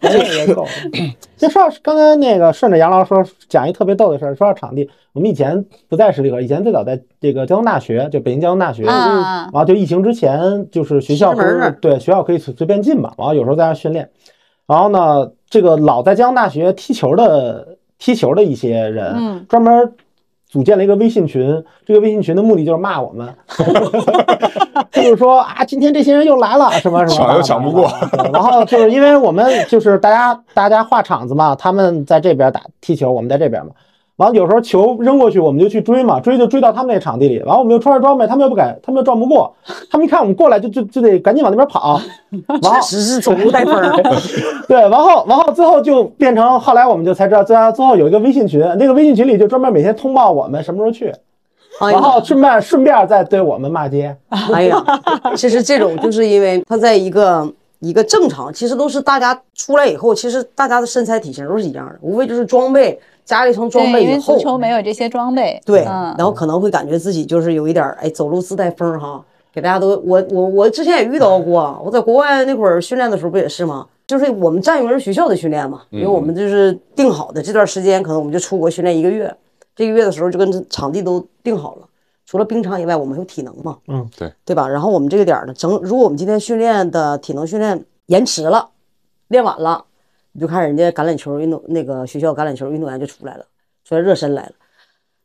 S7: 本位也够了。 <coughs> 就说到刚才那个顺着杨老师说，讲一特别逗的事儿。说到场地，我们以前不在十里河，以前最早在这个交通大学，就北京交
S4: 嗯
S7: 通大学
S5: 啊
S7: 然后就疫情之前，就是学校
S4: 石
S7: 不
S4: 门那
S7: 是
S4: 儿
S7: 对学校可以随随便进嘛，然后有时候在那儿训练。然后呢，这个老在江大学踢球的踢球的一些人，
S5: 嗯
S7: 专门组建了一个微信群。这个微信群的目的就是骂我们，就是说啊，今天这些人又来了，什么什么，
S6: 抢又抢不过
S7: 对。然后就是因为我们就是大家大家画场子嘛，他们在这边打踢球，我们在这边嘛。完了，有时候球扔过去，我们就去追嘛，追就追到他们那场地里。完了，我们又穿着装备，他们又不敢，他们又撞不过。他们一看我们过来就，就就得赶紧往那
S4: <laughs>
S7: 边跑。完
S4: 确
S7: 后
S4: 实是走路带风儿。
S7: 对，然后然后最后就变成后来我们就才知道，最后最后有一个微信群，那个微信群里就专门每天通报我们什么时候去，
S4: <laughs> 哎
S7: 然
S4: 呀，
S7: 后顺便顺便再对我们骂街。
S4: <laughs> 哎呀，其实这种就是因为他在一个一个正常，其实都是大家出来以后，其实大家的身材体型都是一样的，无非就是装备加了一层 <laughs> 装
S5: 对，
S4: 备
S5: 因为
S4: 以
S5: 足球
S4: 后，
S5: 没有这些装备，
S4: 对，
S5: 嗯
S4: 然，后可能会感觉自己就是有一点儿哎走路自带风儿哈，给大家都我我我之前也遇到过，我在国外那会儿训练的时候不也是吗？就是我们占用人学校的训练嘛，因为我们就是定好的这段时间，可能我们就出国训练一个月，这个月的时候就跟场地都定好了，除了冰场以外，我们有体能嘛，
S7: 嗯，
S6: 对，
S4: 对吧？然后我们这个点儿呢，整如果我们今天训练的体能训练延迟了，练晚了，你就看人家橄榄球运动那个学校橄榄球运动员就出来了，出来热身来了，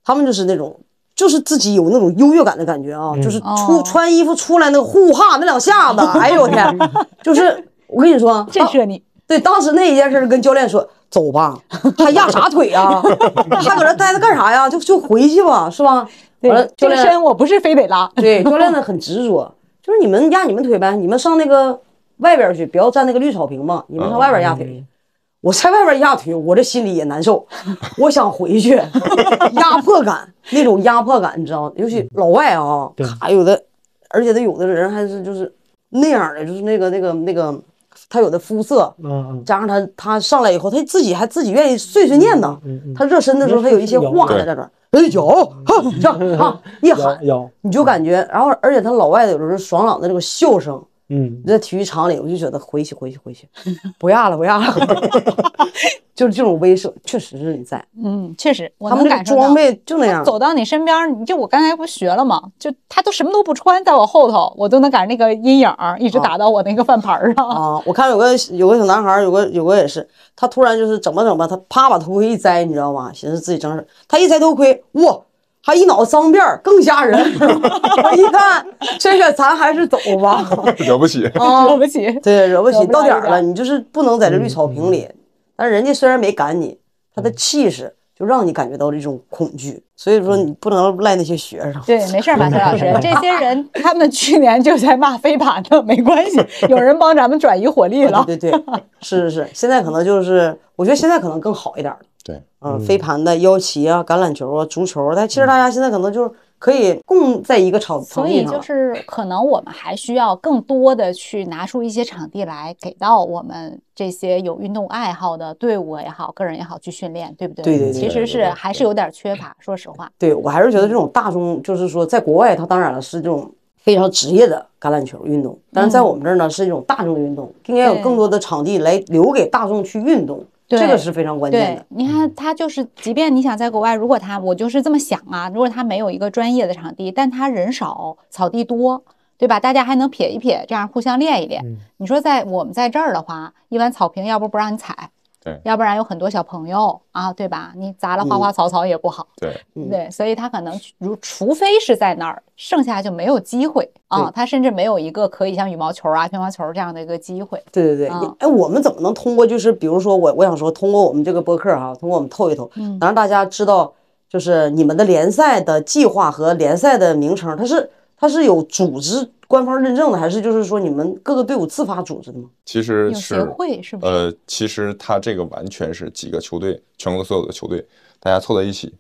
S4: 他们就是那种。就是自己有那种优越感的感觉啊，就是出、
S5: 哦
S4: 穿衣服出来那个呼哈那两下子，哎呦我
S5: <laughs>
S4: 天！就是我跟你说，
S5: 震
S4: 当
S5: 慑你，
S4: 对，当时那一件事儿跟教练说走吧，还压啥腿
S5: <laughs>
S4: 啊？还搁这待着干啥呀？就就回去吧，是吧？
S5: 对
S4: 完了，，教
S5: 这个
S4: 练
S5: 身我不是非得拉，
S7: <laughs>
S4: 对，教练呢很执着，就是你们压你们腿呗，你们上那个外边儿去，不要站那个绿草坪嘛，你们上外边儿压腿
S7: 嗯
S4: 去。 <laughs> 我在外边儿压腿，我这心里也难
S7: <laughs>
S4: 受，我想回去，压迫感那种压迫感，你知道吗？尤其老外啊，
S7: 对
S4: 卡有的，而且他有的人还是就是那样的，就是那个那个那个他有的肤色，
S7: 嗯
S4: 加上他他上来以后，他自己还自己愿意碎碎念呢。
S7: 嗯嗯，
S4: 他热身的时候，他有一些话
S6: 对
S4: 在这儿，哎有，哈这样啊一喊
S7: 有，有，
S4: 你就感觉，然后而且他老外有的时候爽朗的这个笑声，
S7: 嗯
S4: 你在体育场里，我就觉得回去回去回去， <laughs> 不要了不 <laughs> 要了，就是这种威慑，确实是你在
S5: 嗯，确实，我
S4: 他们
S5: 能
S4: 这
S5: 感
S4: 个
S5: 受到
S4: 装。备就那
S5: 他
S4: 样，
S5: 走到你身边儿，你就我刚才不学了吗？就他都什么都不穿，在我后头，我都能赶上那个阴影儿一直打到我那个饭盘儿上。
S4: 啊，我看有个有个小男孩儿，有个有个也是，他突然就是整吧整吧，他啪把头盔一摘，你知道吗？寻思自己整整，他一摘头盔，哇，还一脑子脏辫儿，更吓人。 <laughs> 我一看，这个咱还是走吧。
S6: 惹不起。
S4: 哦
S5: 啊， <laughs> 对不起，
S4: 对，惹不
S5: 惹
S4: 起，
S5: 不
S4: 到
S5: 了
S4: 点
S5: 一
S4: 儿
S5: 点嗯
S4: 了，你就是不能在这绿草坪里。但是人家虽然没赶你，他的气势就让你感觉到这种恐惧，所以说
S5: 嗯
S4: 你不能赖那些学
S5: <laughs>
S4: 生。
S5: 对，没事儿，马秋老师，这些人他们去年就在骂飞盘呢，没关系，有人帮咱们转移火力了。
S4: 啊对对对，是是是，现在可能就是，我觉得现在可能更好一点儿了。
S6: 对，
S4: 嗯，飞盘的、腰旗啊、橄榄球啊、足球啊，但其实大家现在可能就是可以共在一个场场
S5: 所
S4: 地
S5: 以
S4: 上
S5: 就
S4: 了。
S5: 是可能我们还需要更多的去拿出一些场地来给到我们这些有运动爱好的队伍也好，个人也好去训练，对不对？
S4: 对对对
S5: 其
S6: 对
S5: 实
S6: 对
S5: 是
S6: 对
S5: 还是有点缺乏，说实话。
S4: 对我还是觉得这种大众，就是说在国外，它当然了是这种非常职业的橄榄球运动，但是在我们这儿呢是一种大众运动，应该有
S5: 嗯对
S4: 更多的场地来留给大众去运动，
S5: 对
S4: 这个是非常关键
S5: 对
S4: 的。，
S5: 你看他就是，即便你想在国外，如果他我就是这么想啊，如果他没有一个专业的场地，但他人少，草地多，对吧？大家还能撇一撇，这样互相练一练。
S7: 嗯
S5: 你说在我们在这儿的话，一般草坪要不不让你踩，
S6: 对嗯
S5: 要不然有很多小朋友啊，对吧？你砸了花花草草也不好。
S6: 对，
S4: 嗯
S5: 对，所以他可能如除非是在那儿，剩下就没有机会啊
S4: 对，
S5: 他甚至没有一个可以像羽毛球啊、乒乓球这样的一个机会。
S4: 对对对，
S5: 啊
S4: 哎，我们怎么能通过就是比如说我我想说，通过我们这个播客哈、通过我们透一透，
S5: 嗯
S4: 能让大家知道就是你们的联赛的计划和联赛的名称，它是它是有组织官方认证的，还是就是说你们各个队伍自发组织的吗？
S6: 其实
S5: 有协
S6: 是
S5: 会是不是？
S6: 呃，其实它这个完全是几个球队，全国所有的球队，大家凑在一起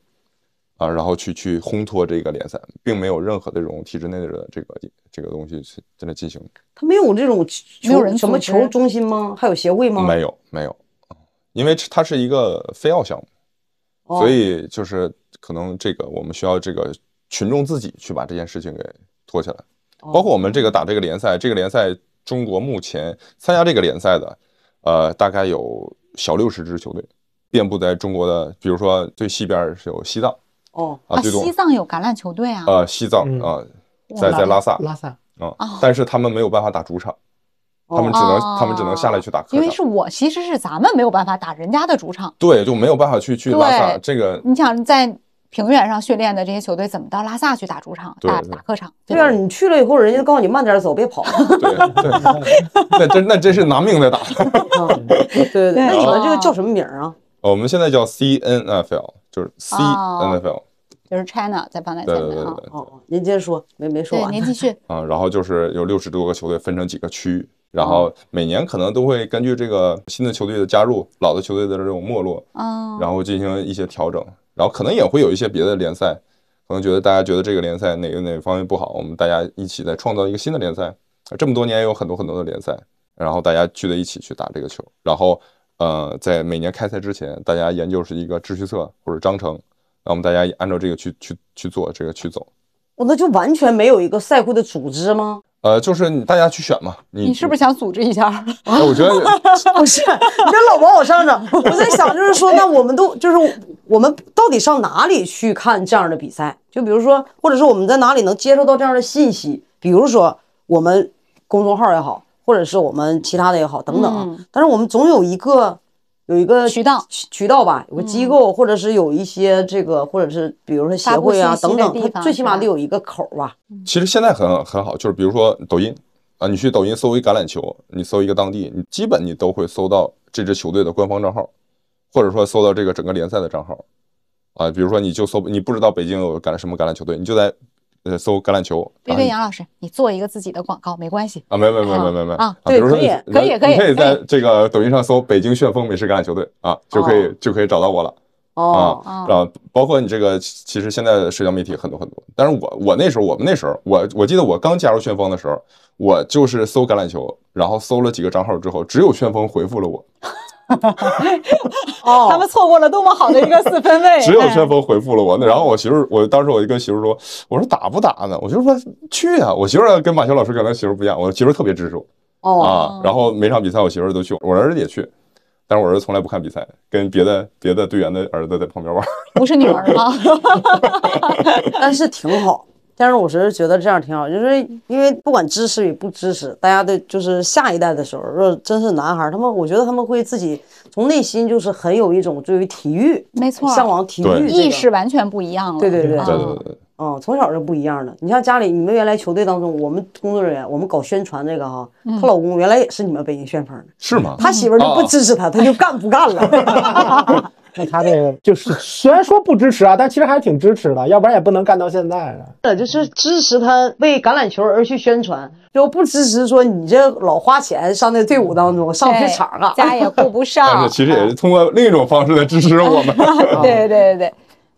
S6: 啊，然后去去烘托这个联赛，并没有任何的这种体制内的这个这个东西去在那进行，
S4: 它没有这种
S5: 没有
S4: 球
S5: 人
S4: 什么
S5: 组织
S4: 球中心吗？还有协会吗？
S6: 没有没有，啊因为它是一个非奥项目，
S4: 哦
S6: 所以就是可能这个我们需要这个群众自己去把这件事情给托起来，
S4: 哦
S5: 哦
S6: 包括我们这个打这个联赛，这个联赛中国目前参加这个联赛的，呃，大概有小六十支球队，遍布在中国的，比如说最西边是有西藏
S4: 哦，
S6: 啊，最东
S5: 西藏有橄榄球队啊。
S6: 呃西藏
S7: 嗯
S6: 啊、
S5: 哇
S6: 在在拉萨
S7: 拉萨，
S6: 啊、
S5: 哦
S6: 但是他们没有办法打主场，
S4: 哦
S6: 他们只能、他们只能下来去打客
S5: 哦因为
S6: 场。
S5: 是我，其实是咱们没有办法打人家的主场。
S6: 对，就没有办法去去拉萨
S5: 对
S6: 这个，
S5: 你想在平原上训练的这些球队，怎么到拉萨去打主场、
S6: 对
S5: 打
S6: 对
S5: 打客场？
S4: 对啊，你去了以后，人家告诉你慢点走，别
S5: <laughs>
S4: 跑。
S6: 对对，那真那真是拿命在打。
S4: 啊对对对，那你们这个叫什么名儿啊？
S6: 我们现在叫 CNFL，就是 CNFL，、
S5: 哦就是 China 在放在前
S6: 对对对
S5: 面
S6: 对
S5: 啊。
S6: 对。
S4: 哦，哦您接着说，没没说
S5: 对，
S4: 完
S5: 您。继续。
S6: 啊，然后就是有六十多个球队分成几个区，然
S5: 哦
S6: 后每年可能都会根据这个新的球队的加入、老的球队的这种没落，
S5: 嗯，
S6: 然后进行一些调整，然后可能也会有一些别的联赛，可能觉得大家觉得这个联赛哪个哪个方面不好，我们大家一起再创造一个新的联赛。这么多年有很多很多的联赛，然后大家聚在一起去打这个球，然后呃，在每年开赛之前，大家研究是一个秩序册或者章程，然后我们大家按照这个去去去做这个去走。
S4: 我哦那就完全没有一个赛会的组织吗？
S6: 呃，就是你大家去选嘛，你
S5: 你是不是想组织一
S6: <laughs>
S5: 下？
S6: 哎，我觉得
S4: 不是，你这老往我上整。 <laughs> 我在想，就是说，那我们都就是我们到底上哪里去看这样的比赛？就比如说，或者是我们在哪里能接受到这样的信息？比如说我们公众号也好，或者是我们其他的也好，等等啊。
S5: 嗯
S4: 但是我们总有一个有一个
S5: 渠道嗯
S4: 渠道吧，有个机构，或者是有一些这个，或者是比如说协会啊
S5: 发布
S4: 等
S5: 信息的
S4: 等，
S5: 地
S4: 它
S5: 方
S4: 最起
S5: 是
S4: 码
S5: 吧
S4: 得有一个口儿吧。
S6: 其实现在很很好，就是比如说抖音啊，你去抖音搜一橄榄球，你搜一个当地，你基本你都会搜到这支球队的官方账号，或者说搜到这个整个联赛的账号啊。比如说你就搜，你不知道北京有橄榄什么橄榄球队，你就在呃搜橄榄球。
S5: 别
S6: 然
S5: 别，
S6: 后
S5: 杨老师，你做一个自己的广告没关系。
S6: 啊，没没没没没没
S5: 啊
S6: 比
S4: 对
S6: 如说
S4: 可
S6: 你
S4: 以
S5: 可以
S6: 你
S5: 可以可
S6: 可以
S5: 以哦
S6: 在这个抖音上搜北京旋风美式橄榄球队啊，就可以就可以找到我了。
S4: 哦，
S5: 啊
S6: 然后包括你这个，其其实现在的社交媒体很多很多。但是我我那时候，我们那时候，我我记得我刚加入旋风的时候，我就是搜橄榄球，然后搜了几个账号之后，只有旋风回复了我，
S4: 哦
S5: 他们错过了多么好的一个四分卫，
S6: 只有旋风回复了我。那然后我媳妇儿，我当时我就跟媳妇儿说，我说打不打呢？我媳妇儿说去啊！我媳妇儿跟马修老师跟他媳妇儿不一样，我媳妇儿特别支持我。
S4: 哦，
S6: 啊，然后每场比赛我媳妇儿都去，我儿子也去，但是我儿子从来不看比赛，跟别的别的队员的儿子在旁边玩儿。
S5: 不是女儿
S6: <laughs>
S5: 啊，
S4: 但是挺好。但是我是觉得这样挺好，就是因为不管支持与不支持，大家对就是下一代的时候，若真是男孩儿，他们我觉得他们会自己从内心就是很有一种对于体育
S5: 没错，
S4: 向往体育、这
S6: 对
S4: 个、
S5: 意识完全不一样了。
S4: 对对对
S5: 啊
S6: 对对对对，
S4: 嗯，从小是不一样的。你像家里，你们原来球队当中，我们工作人员，我们搞宣传这个哈，
S5: 嗯
S4: 她老公原来也是你们北京旋风的，
S6: 是吗？
S4: 他媳妇儿
S6: 哦
S4: 就不支持他，他就干不
S6: <laughs>
S4: 干了。
S7: 那他这个就是虽然说不支持啊，但其实还是挺支持的，要不然也不能干到现在的。
S4: 就是支持他为橄榄球而去宣传，就不支持说你这老花钱上那队伍当中上
S5: 对
S4: 这场啊。<laughs>
S5: 哎家也顾不上。
S6: 但是其实也
S5: 啊
S6: 是通过另一种方式在支持我们。 <laughs>
S5: <laughs> 对对对对，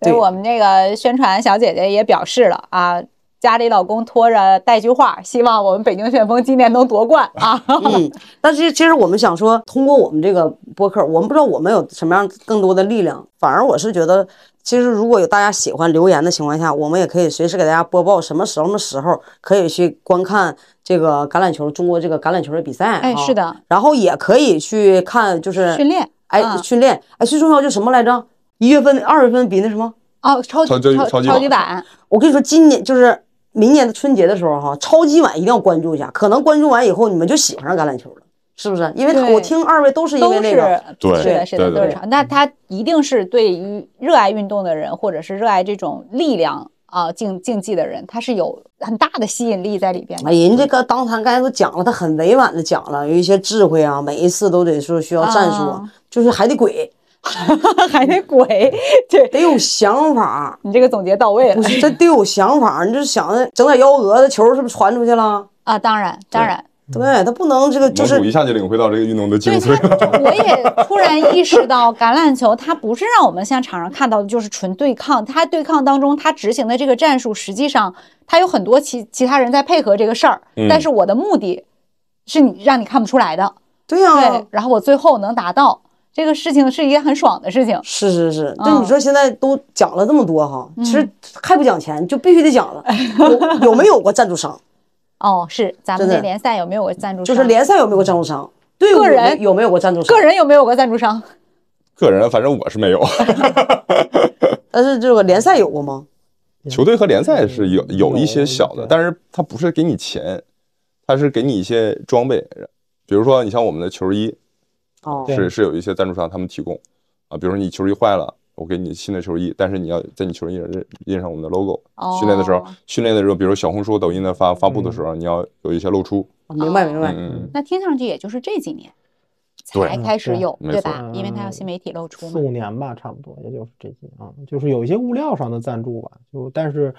S5: 所以
S4: 对
S5: 我们这个宣传小姐姐也表示了啊，家里老公拖着带句话，希望我们北京旋风今年能夺冠啊。
S4: 嗯，但是其实我们想说，通过我们这个播客，我们不知道我们有什么样更多的力量。反而我是觉得，其实如果有大家喜欢留言的情况下，我们也可以随时给大家播报什么时候、什么时候可以去观看这个橄榄球中国这个橄榄球的比赛。
S5: 哎
S4: 啊
S5: 是的，
S4: 然后也可以去看，就是
S5: 训练
S4: 哎，
S5: 嗯
S4: 训练，哎，最重要就是什么来着？一月份、二月份比那什么？
S5: 哦，超
S6: 超
S5: 级
S6: 级
S5: 超
S6: 超级
S5: 超
S6: 碗
S5: 级版，
S4: 我跟你说，今年就是明年的春节的时候哈，超级碗一定要关注一下，可能关注完以后你们就喜欢上橄榄球了，是不是？因为
S5: 对
S4: 我听二位都是因
S5: 都
S4: 为
S5: 是
S4: 那个，
S6: 对
S5: 是的，是的，
S6: 对对
S5: 都是
S6: 对
S5: 超。那他一定是对于热爱运动的人，或者是热爱这种力量啊竞竞技的人，他是有很大的吸引力在
S4: <laughs>
S5: 里边的。
S4: 哎，人这个当谈刚才都讲了，他很委婉的讲了，有一些智慧啊，每一次都得说需要战术，
S5: 啊
S4: 就是还得鬼，
S5: 还得鬼，对
S4: 得有想法，
S5: 你这个总结到位了
S4: 不是，这得有想法，你就想着整点幺蛾子球是不是传出去了？
S5: 啊！当然，当
S6: 对
S5: 然，
S4: 对他不能这个就
S6: 蒙
S4: 是
S6: 嗯古一下就领会到这个运动的精
S5: 对
S6: 髓。
S5: 他，
S6: <laughs>
S5: 就我也突然意识到，橄榄球它不是让我们像场上看到的，就是纯对抗。它对抗当中，它执行的这个战术，实际上它有很多其其他人在配合这个事儿。但
S6: 嗯
S5: 是我的目的是你让你看不出来的，
S4: 对呀、
S5: 对。然后我最后能达到这个事情，是一件很爽的事情。
S4: 是是是，
S5: 嗯
S4: 但你说现在都讲了这么多哈，其实还不讲钱，就必须得讲
S5: <laughs>
S4: 了。有有没有过赞助商？
S5: 哦，是咱
S4: 真
S5: 们
S4: 的
S5: 这联赛有没有个赞助商？
S4: 就是联赛有没有过赞助商？队伍
S5: 个
S4: 有没
S5: 人
S4: 有没有过赞助商？
S5: <laughs> 个，人有没有个赞助商？
S6: 个人啊反正我是没有， <laughs>
S4: 但是这个联赛有过吗？
S6: 球队和联赛
S7: 嗯
S6: 是有有一些小的
S7: 对，
S6: 但是它不是给你钱，它是给你一些装备，比如说你像我们的球衣，
S4: 哦，
S7: 对
S6: 是是有一些赞助商他们提供啊，比如说你球衣坏了，我给你新的球衣，但是你要在你球衣上认印上我们的 logo。
S5: 哦
S6: 训练的时候，训练的时候，比如小红书、抖音的发发布的时候，你要有一些露出。
S4: 明白明白。
S6: 嗯
S5: 那听上去也就是这几年
S6: 对
S5: 才开始
S7: 对
S5: 有，
S6: 没
S5: 对
S6: 错
S5: 吧？因为它要新媒体露出
S7: 四
S5: 嘛。
S7: 五年吧，差不多，也就是这些啊，就是有一些物料上的赞助吧，就但是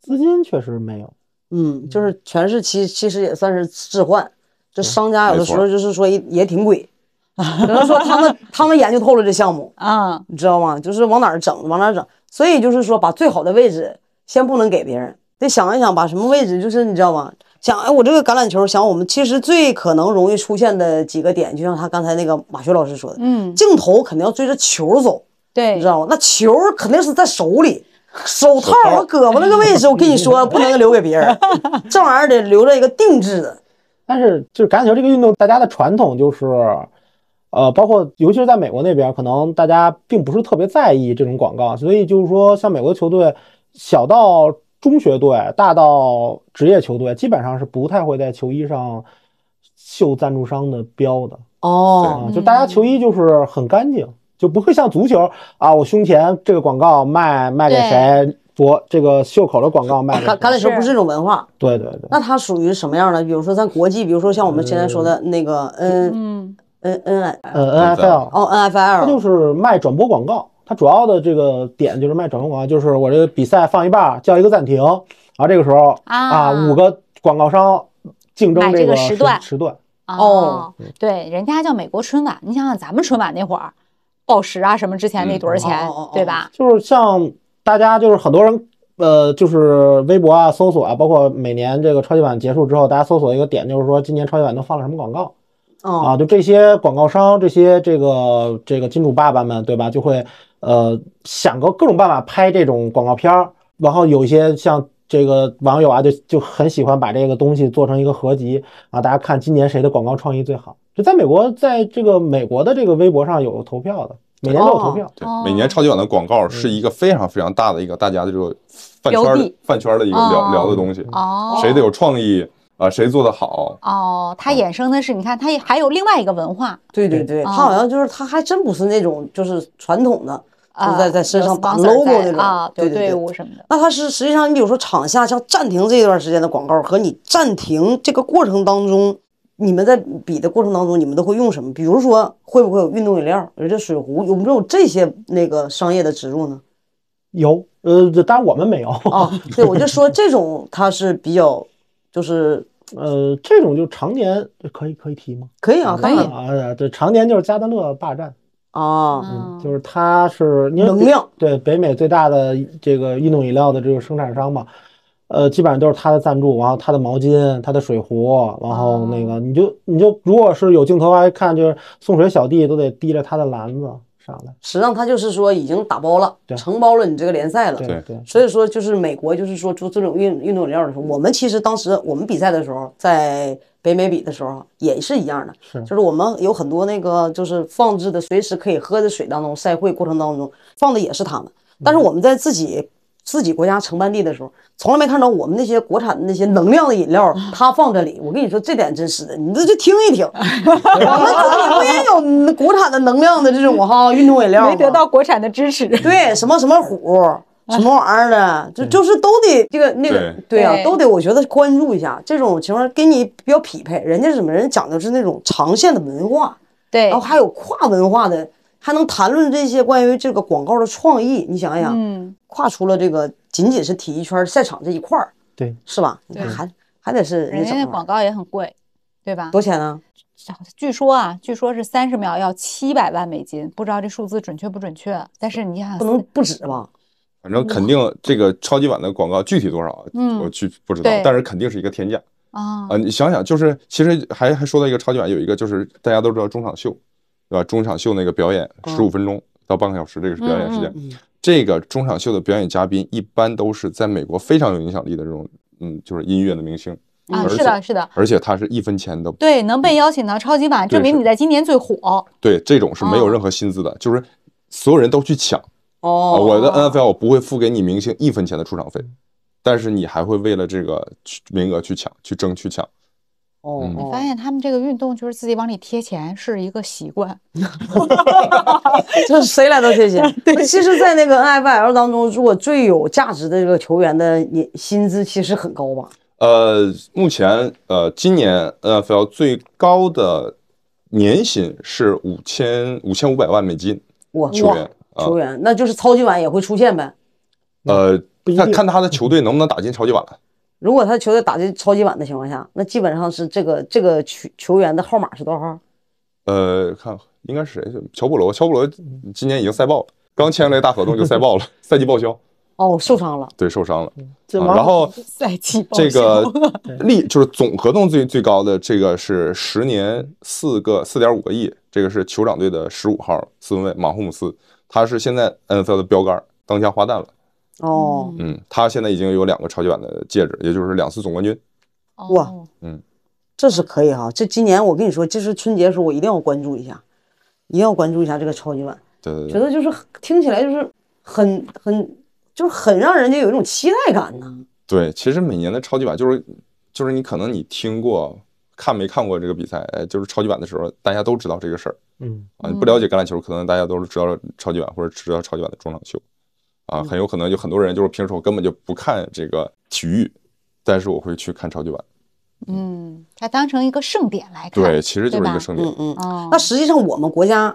S7: 资金确实没有。
S4: 嗯，就是全是其其实也算是置换，这商家有的
S6: 嗯没
S4: 时
S6: 错
S4: 候就是说也也挺
S5: <laughs>
S4: 鬼，只能说他们他们研究透了这项目，
S5: 啊、嗯，
S4: 你知道吗？就是往哪儿整往哪儿整，所以就是说把最好的位置先不能给别人，得想一想把什么位置，就是你知道吗？想哎，我这个橄榄球，想我们其实最可能容易出现的几个点，就像他刚才那个马学老师说的，
S5: 嗯
S4: 镜头肯定要追着球走，
S5: 对，
S4: 你知道吗？那球肯定是在手里，手套
S6: 手套
S4: 和胳膊那个位置，我跟你说不能留给别 <laughs> 人，这玩意儿得留着一个定制的。
S7: 但是就是橄榄球这个运动，大家的传统就是，呃，包括尤其是在美国那边，可能大家并不是特别在意这种广告，所以就是说，像美国球队，小到中学队，大到职业球队，基本上是不太会在球衣上绣赞助商的标的。
S4: 哦，
S7: 啊，就大家球衣就是很干净，就不会像足球啊，我胸前这个广告卖卖给谁，脖这个袖口的广告卖给
S4: 橄 <laughs> 橄
S7: 谁，
S4: 榄球不
S5: 是
S4: 是这种文化，
S7: 对对对，
S4: 那它属于什么样的？比如说咱国际，比如说像我们现在说的那个 N
S5: 嗯
S4: N N
S7: 呃
S6: 对
S7: ，NFL
S4: 哦 N F
S7: 它
S4: L，
S7: 就是卖转播广告，它主要的这个点就是卖转播广告，就是我这个比赛放一半儿叫一个暂停，然后这个时候
S5: 啊
S7: 啊五个广告商竞争
S5: 买这
S7: 这
S5: 个
S7: 个
S5: 时段
S7: 时段，
S5: 哦
S4: 哦
S5: 对，人家叫美国春晚，你想想咱们春晚那会儿，报时啊什么之前那多少钱，
S4: 哦哦哦
S5: 对吧？
S7: 就是像大家就是很多人呃，就是微博啊搜索啊，包括每年这个超级碗结束之后，大家搜索一个点就是说今年超级碗都放了什么广告
S4: 哦，
S7: 啊？就这些广告商，这些这个这个金主爸爸们，对吧？就会呃想个各种办法拍这种广告片儿，然后有一些像。这个网友啊，就就很喜欢把这个东西做成一个合集啊，大家看今年谁的广告创意最好。就在美国，在这个美国的这个微博上有投票的，每年都有投票。
S6: 对
S5: 哦，
S6: 每年超级碗的广告是一个非常非常大的一个大家的这个饭圈
S5: 标
S6: 的
S5: 的
S6: 饭圈的一个聊
S5: 哦
S6: 聊的东西，
S5: 哦，
S6: 谁的有创意啊，谁做的好，
S5: 哦，它衍生的是，你看，它也还有另外一个文化，
S4: 对对对，他好像就是他还真不是那种就是传统的，就
S5: 啊，
S4: 是在在身
S5: 有
S4: 上打
S5: sponsor
S4: logo
S5: 在
S4: 那种
S5: 啊，
S4: 对
S5: 有
S4: 对
S5: 队
S4: 对
S5: 伍什么的，
S4: 那它是实际上，你比如说场下像暂停这段时间的广告和你暂停这个过程当中，你们在比的过程当中，你们都会用什么？比如说会不会有运动饮料、有这水壶，有没有这些那个商业的植入呢？
S7: 有，呃，这当然我们没有，
S5: 哦
S4: 啊，对，我就说这种它是比较，就是
S7: 呃，这种就常年可以可以提吗？
S4: 可以啊，
S5: 可
S4: 当
S5: 以
S4: 然
S7: 啊，呃对，常年就是加德乐霸占，
S4: 啊，
S5: 嗯
S7: 就是它是因为
S4: 能
S7: 北
S4: 量
S7: 对北美最大的这个运动饮料的这个生产商嘛，呃，基本上都是它的赞助，然后它的毛巾、它的水壶，然后那
S4: 哦
S7: 个你就你就如果是有镜头来看，就是送水小弟都得提着他的篮子上来，
S4: 实际上它就是说已经打包了，
S7: 对
S4: 承包了你这个联赛了，
S6: 对
S7: 对对，
S4: 所以说，就是美国，就是说做这种运运动饮料的时候，我们其实当时我们比赛的时候，在北美比的时候也是一样的，
S7: 是
S4: 就是我们有很多那个就是放置的随时可以喝的水当中，赛会过程当中放的也是他们，但是我们在自己自己国家承办地的时候，从来没看到我们那些国产的那些能量的饮料，他放这里。我跟你说，这点真是的，你这就听一听，我 <laughs> 们自己不也有国产的能量的这种哈运动饮料吗
S5: 没得到国产的支持，
S4: <clears throat> 对，什么什么虎，
S5: 哎
S4: 什么玩意儿的，就就是都得这个那个，对啊，
S5: 对
S4: 都得我觉得关注一下这种情况，跟你比较匹配。人家是什么人讲究是那种长线的文化，
S5: <laughs> 对
S4: 然哦后还有跨文化的，还能谈论这些关于这个广告的创意。你想一想，
S5: 嗯，
S4: 跨出了这个仅仅是体育圈赛场这一块儿，
S7: 对，
S4: 是吧？你
S5: 对
S4: 看还还得是
S5: 人
S4: 家
S5: 家
S4: 整
S5: 那
S4: 块儿
S5: 广告也很贵，对吧？
S4: 多少钱呢？
S5: 据说啊，据说是三十秒要七百万美金，不知道这数字准确不准确，但是你看
S4: 不，能不止吧？
S6: 反正肯定这个超级碗的广告具体多少，
S5: 嗯
S6: 我去不知道
S5: 对，
S6: 但是肯定是一个天价
S5: 啊
S6: 啊！，你想想，就是其实还还说到一个超级碗，有一个就是大家都知道中场秀，对吧？中场秀那个表演
S5: 嗯
S6: 十五分钟到半个小时，这个是表演时间。这个中场秀的表演嘉宾一般都是在美国非常有影响力的这种，嗯，就是音乐的明星，
S5: 啊，
S6: 而
S5: 是
S6: 且
S5: 的，是的，
S6: 而且他是一分钱都
S5: 对，能被邀请到超级碗，
S6: 嗯对
S5: 证明
S6: 是
S5: 你在今年最火。
S6: 对，这种是没有
S5: 哦
S6: 任何薪资的，就是所有人都去抢。啊，
S4: 哦，
S6: 我的 NFL 我不会付给你明星一分钱的出场费，但是你还会为了这个去名额去抢、去争、去抢。
S4: 哦
S6: 嗯
S5: 发
S4: 哦，
S5: 现他们这个运动就是自己往里贴钱，是一个习惯。
S4: 就是谁来都贴 <laughs> 心。其实，在那个 N F L 当中，如果最有价值的这个球员的年薪资其实很高吧？
S6: 呃，目前呃，今年 NFL 最高的年薪是五千五千五百万美金
S4: 哇，
S6: 球员
S4: 哇
S6: 啊
S4: 球员那就是超级碗也会出现呗。
S6: 呃
S7: 不一，
S6: 看
S7: 定
S6: 看他的球队能不能打进超级碗。
S4: 如果他球队打进超级碗的情况下，那基本上是这个这个球球员的号码是多少号？
S6: 呃，看应该是谁？乔布罗，乔布罗今年已经赛爆了，刚签了大合同就赛爆了， <laughs> 赛季报销，
S4: 哦，受伤了。
S6: 对，受伤了。
S7: 这
S6: 啊
S7: 网
S6: 然后
S5: <laughs> 赛季嗯报
S6: 这个
S5: 销
S6: <laughs> 利就是总合同最最高的这个是十年四个四点五个亿，这个是酋长队的十五号四分卫马霍姆斯，他是现在 NFL 的标杆儿当家花旦了。
S4: 哦，
S6: 嗯，他现在已经有两个超级碗的戒指，也就是两次总冠军。
S4: 哇
S5: 哦
S4: 这是可以哈。这今年我跟你说，这是春节的时候，我一定要关注一下，一定要关注一下这个超级碗。
S6: 对对
S4: 觉
S6: 对，
S4: 得就是很听起来就是很很就是很让人家有一种期待感呢。
S6: 对，其实每年的超级碗就是就是你可能你听过看没看过这个比赛，哎就是超级碗的时候大家都知道这个事儿
S7: 嗯，
S6: 啊，你不了解橄榄球，可能大家都是知道超级碗或者知道超级碗的中场秀。啊，很有可能有很多人就是平时我根本就不看这个体育，但是我会去看超级碗。
S5: 嗯，它当成一个盛典来看。
S6: 对，其实就是一
S5: 吧
S6: 个盛典
S4: 嗯。嗯。
S5: 哦，
S4: 那实际上我们国家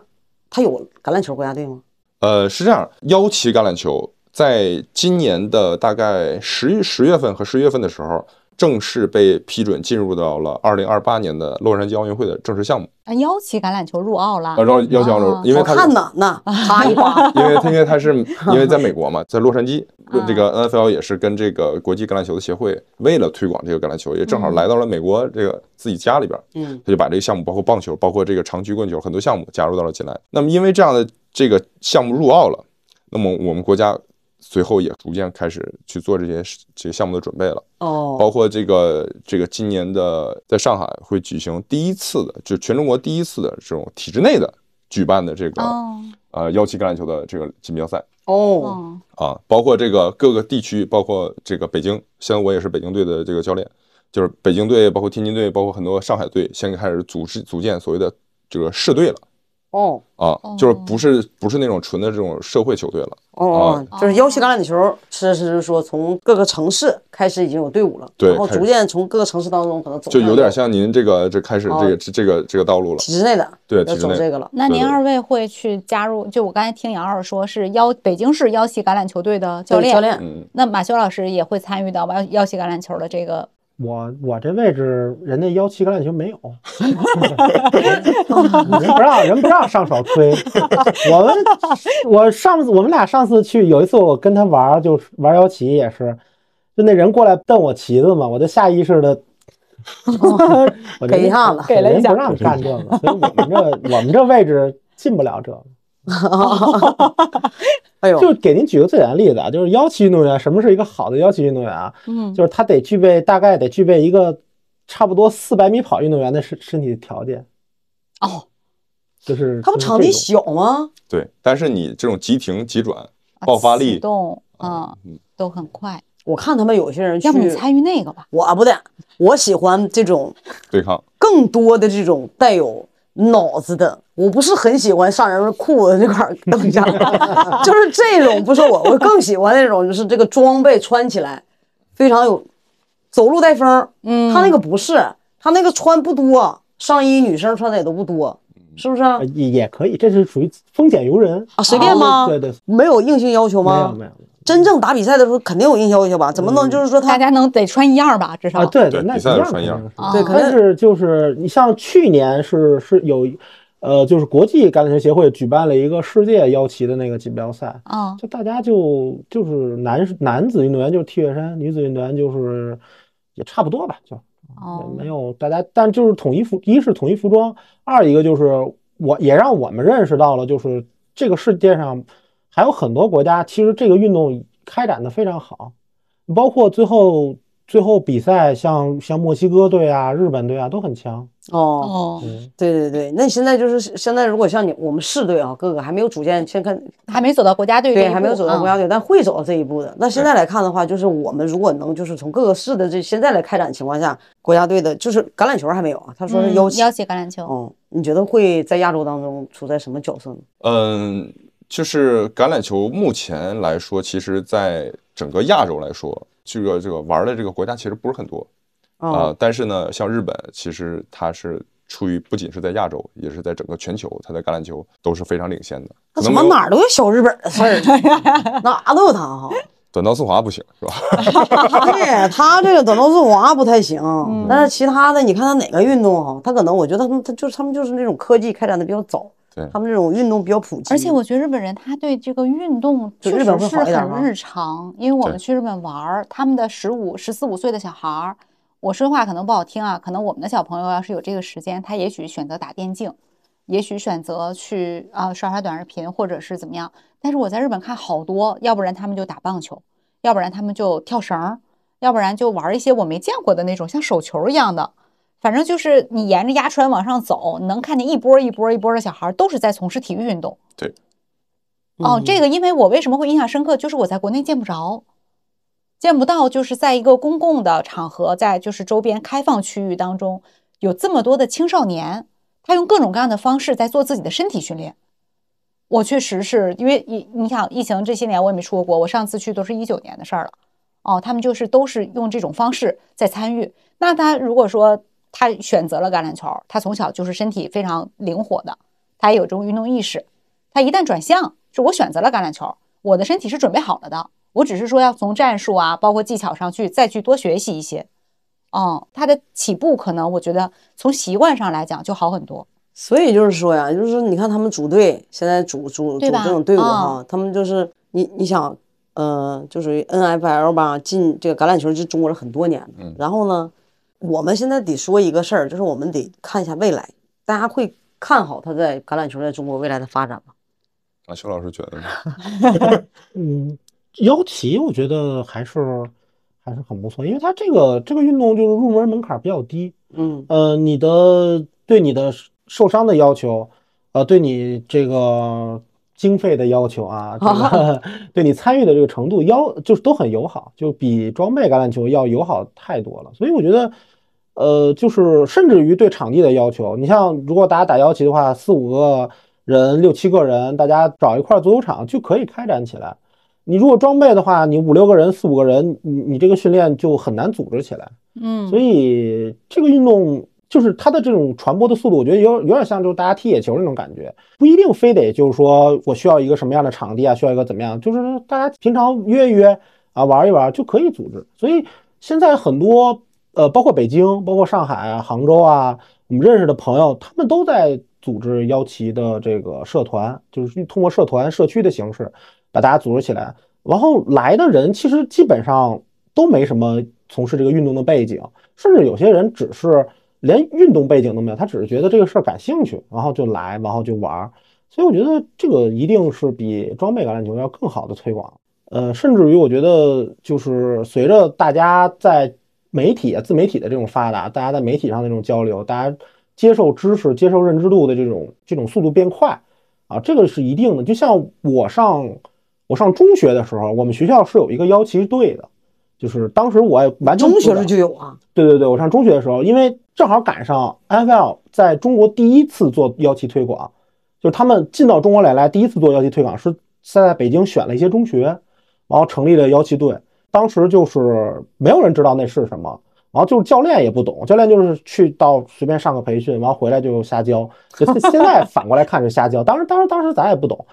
S4: 它有橄榄球国家队吗？
S6: 呃，是这样，腰旗橄榄球在今年的大概十一十月份和十一月份的时候，正式被批准进入到了二零二八年的洛杉矶奥运会的正式项目。
S5: 啊，邀请橄榄球入奥了嗯
S6: 呃，。然后要求
S5: 啊
S6: 因为
S4: 好
S6: 它
S4: 看
S6: 是
S4: 呐，那啪一巴，
S6: <laughs> 因为因为它是因为在美国嘛，在洛杉矶
S5: 啊，
S6: 这个 NFL 也是跟这个国际橄榄球的协会，为了推广这个橄榄球，也正好来到了美国这个自己家里边，
S4: 嗯，
S6: 他就把这个项目，包括棒球，包括这个长曲棍球，很多项目加入到了进来。那么因为这样的这个项目入奥了，那么我们国家随后也逐渐开始去做这些事这些项目的准备了。
S4: 哦，
S6: 包括这个这个今年的在上海会举行第一次的，就全中国第一次的这种体制内的举办的这个、
S5: 哦
S6: 呃幺七橄榄球的这个锦标赛
S4: 哦，
S5: 哦，
S6: 啊，包括这个各个地区，包括这个北京，现在我也是北京队的这个教练，就是北京队，包括天津队，包括很多上海队，现在开始组织组建所谓的这个市队了
S4: 哦，
S6: 啊，就是不是不是那种纯的这种社会球队了，
S4: 哦，就是幺七橄榄球是是说从各个城市开始已经有队伍了，
S6: 对
S4: 然后
S6: 开始
S4: 逐渐从各个城市当中可能走
S6: 就
S4: 向
S6: 有点像您这个这开始这个、
S4: 哦
S6: 这这个这个道路了，
S4: 体制内的，
S6: 对
S4: 要
S6: 体制
S4: 走
S6: 内
S4: 这个了。
S5: 那您
S6: 对对
S5: 二位会去加入？就我刚才听杨老师说，是邀北京市邀请橄榄球队的教
S4: 对
S5: 练。
S4: 教练，
S6: 嗯，
S5: 那马修老师也会参与到吧？邀请橄榄球的这个
S7: 我我这位置，人家幺七橄榄
S4: <laughs>
S7: 球没有，人不让人不让上手推。 <laughs> 我们我上次我们俩上次去有一次我跟他玩儿，就是玩摇旗也是，就那人过来蹬我旗子嘛，我就下意
S4: <laughs>
S7: 识的。我
S4: 给一下子
S5: 给了一
S7: 人
S5: 下
S7: 不让干这个，所以我们这我们这位置进不了
S4: <laughs>
S7: 这个。
S4: <laughs> 哎呦，
S7: 就给您举个最简单的例子啊，就是幺七运动员，什么是一个好的幺七运动员啊？
S5: 嗯
S7: 就是他得具备大概得具备一个差不多四百米跑运动员的身身体条件，
S5: 哦
S7: 就是
S4: 他不
S7: 就是
S4: 场地
S7: 这种
S4: 小吗？
S6: 对，但是你这种急停急转，
S5: 啊
S6: 爆发
S5: 启
S6: 力，嗯
S5: 动啊、都很快。
S4: 我看他们有些人去
S5: 要，不你参与那个吧？
S4: 我不的，我喜欢这种
S6: 对抗，
S4: 更多的这种带有脑子的，我不是很喜欢上人们裤子那块儿蹬下
S5: <laughs>
S4: 来，就是这种不是我，我更喜欢那种就是这个装备穿起来非常有走路带风儿。
S5: 嗯
S4: 他那个不是，他那个穿不多，上衣女生穿的也都不多，
S5: 嗯
S4: 是不是啊
S7: 呃？也也可以，这是属于风险由人
S4: 啊随便吗
S7: 对对，
S4: 没有硬性要求
S7: 没有
S4: 吗
S7: 没？有嗯
S4: 真正打比赛的时候肯定有硬性要求吧？怎么能就是说
S5: 大
S4: 他
S5: 家能得穿一样吧？至少、
S7: 啊，对
S6: 对
S7: 那
S6: 比
S7: 一
S6: 赛有
S7: 样
S6: 穿一样
S7: 肯定是
S5: 啊
S4: 哦对可能
S7: 但是就是你像去年是是有，呃，就是国际橄榄球协会举办了一个世界腰旗的那个锦标赛，
S5: 啊，
S7: 就大家就就是男男子运动员就是 T 恤衫，女子运动员就是也差不多吧，就
S5: 哦
S7: 也没有大家，但就是统一服，一是统一服装，二一个就是我也让我们认识到了，就是这个世界上还有很多国家，其实这个运动开展的非常好，包括最后最后比赛像像墨西哥队啊、日本队啊都很强，
S4: 哦？
S5: 哦，
S4: 对对对，那现在就是现在，如果像你我们市队啊，各个还没有组建，先看
S5: 还没走到国家队这一
S4: 对，
S5: 步
S4: 还没有走到国家
S5: 啊
S4: 队，但会走到这一步的。那现在来看的话，就是我们如果能就是从各个市的这现在来开展情况下，国家队的就是橄榄球还没有啊，他说是
S5: 嗯
S4: 邀请
S5: 邀。请橄榄球，
S4: 嗯，你觉得会在亚洲当中处在什么角色呢？
S6: 嗯，就是橄榄球目前来说，其实在整个亚洲来说，这个这个玩的这个国家其实不是很多啊、
S4: 啊，
S6: 但是呢，像日本，其实它是处于不仅是在亚洲，也是在整个全球，它在橄榄球都是非常领先的。
S4: 那
S6: 可
S4: 怎么
S6: 能没有
S4: 哪儿都有小日本的事儿，哪都有他哈。 <laughs>
S6: 短道速滑不行是吧？ <laughs>
S4: 对他这个短道速滑不太行，
S5: 嗯
S4: 但是其他的你看他哪个运动哈，他可能我觉得他们他就是他们就是那种科技开展的比较早
S6: 对，
S4: 他们这种运动比较普及。
S5: 而且我觉得日本人他对这个运动
S4: 就
S5: 确
S4: 日本
S5: 实
S4: 会
S5: 是
S4: 好一点吗
S5: 很日常，因为我们
S6: 对
S5: 去日本玩儿，他们的十五、十四五岁的小孩儿，我说话可能不好听啊，可能我们的小朋友要是有这个时间，他也许选择打电竞，也许选择去啊、呃刷刷短视频或者是怎么样。但是我在日本看好多，要不然他们就打棒球，要不然他们就跳绳儿，要不然就玩儿一些我没见过的那种像手球一样的。反正就是你沿着鸭川往上走，能看见一波儿一波儿一波儿的小孩儿都是在从事体育运动。哦，
S7: 嗯
S5: 这个因为我为什么会印象深刻，就是我在国内见不着，见不到，就是在一个公共的场合，在就是周边开放区域当中，有这么多的青少年，他用各种各样的方式在做自己的身体训练。我确实是因为你你想疫情这些年我也没出过国，我上次去都是一九年的事儿了。哦，他们就是都是用这种方式在参与。那他如果说他选择了橄榄球，他从小就是身体非常灵活的，他也有这种运动意识，他一旦转向，是我选择了橄榄球，我的身体是准备好了的，我只是说要从战术啊，包括技巧上去再去多学习一些。嗯，它的起步可能我觉得从习惯上来讲就好很多。
S4: 所以就是说呀，就是说你看他们组队，现在组组组
S5: 对吧
S4: 这种队伍
S5: 啊
S4: 哈，他们就是你你想，呃，就属于 NFL 吧，进这个橄榄球是中国人很多年了
S6: 嗯
S4: 然后呢，我们现在得说一个事儿，就是我们得看一下未来，大家会看好他在橄榄球在中国未来的发展吗？
S6: 啊，邱老师觉得呢？
S7: 嗯，腰旗我觉得还是还是很不错，因为它这个这个运动就是入门门槛比较低，
S4: 嗯，
S7: 呃，你的对你的受伤的要求，呃，对你这个经费的要求啊，这个对你参与的这个程度要就是都很友好，就比装备橄榄球要友好太多了。所以我觉得，呃，就是甚至于对场地的要求，你像如果大家打腰旗的话，四五个人、六七个人，大家找一块足球场就可以开展起来。你如果装备的话，你五六个人、四五个人，你你这个训练就很难组织起来。
S5: 嗯
S7: 所以这个运动就是它的这种传播的速度，我觉得有有点像就是大家踢野球那种感觉，不一定非得就是说我需要一个什么样的场地啊，需要一个怎么样，就是大家平常约一约啊，玩一玩就可以组织。所以现在很多呃，包括北京、包括上海啊、杭州啊，我们认识的朋友，他们都在组织腰旗的这个社团，就是通过社团、社区的形式把大家组织起来。然后来的人其实基本上都没什么从事这个运动的背景，甚至有些人只是连运动背景都没有，他只是觉得这个事儿感兴趣，然后就来，然后就玩儿。所以我觉得这个一定是比装备橄榄球要更好的推广。呃，甚至于我觉得就是随着大家在媒体啊、自媒体的这种发达，大家在媒体上的这种交流，大家接受知识、接受认知度的这种这种速度变快啊，这个是一定的。就像我上我上中学的时候，我们学校是有一个腰旗队的，就是当时我也完全
S4: 中
S7: 不知
S4: 学
S7: 道
S4: 时就有啊，
S7: 对对对，我上中学的时候，因为正好赶上 NFL 在中国第一次做腰旗推广，就是他们进到中国来来第一次做腰旗推广是是在北京选了一些中学，然后成立了腰旗队。当时就是没有人知道那是什么，然后就是教练也不懂，教练就是去到随便上个培训，然后回来就瞎教。就现现在反过来看是瞎教，当时当时当时咱也不懂，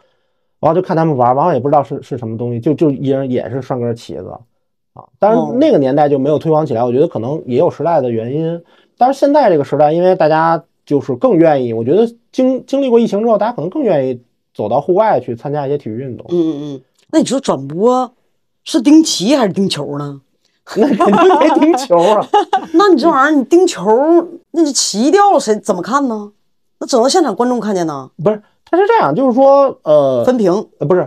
S7: 然后就看他们玩儿，然后也不知道是是什么东西，就就一人也是上根旗子。啊，当
S4: 哦
S7: 然那个年代就没有推广起来，我觉得可能也有时代的原因。但是现在这个时代，因为大家就是更愿意，我觉得经经历过疫情之后，大家可能更愿意走到户外去参加一些体育运动。
S4: 嗯嗯嗯，那你说转播是盯棋还是盯球呢？
S7: 那肯定得听球啊，
S4: 那你这玩意儿，你盯球，那是棋掉了，谁怎么看呢？那只能现场观众看见呢，
S7: 不是，它是这样，就是说，呃，
S4: 分屏。
S7: 呃，不是，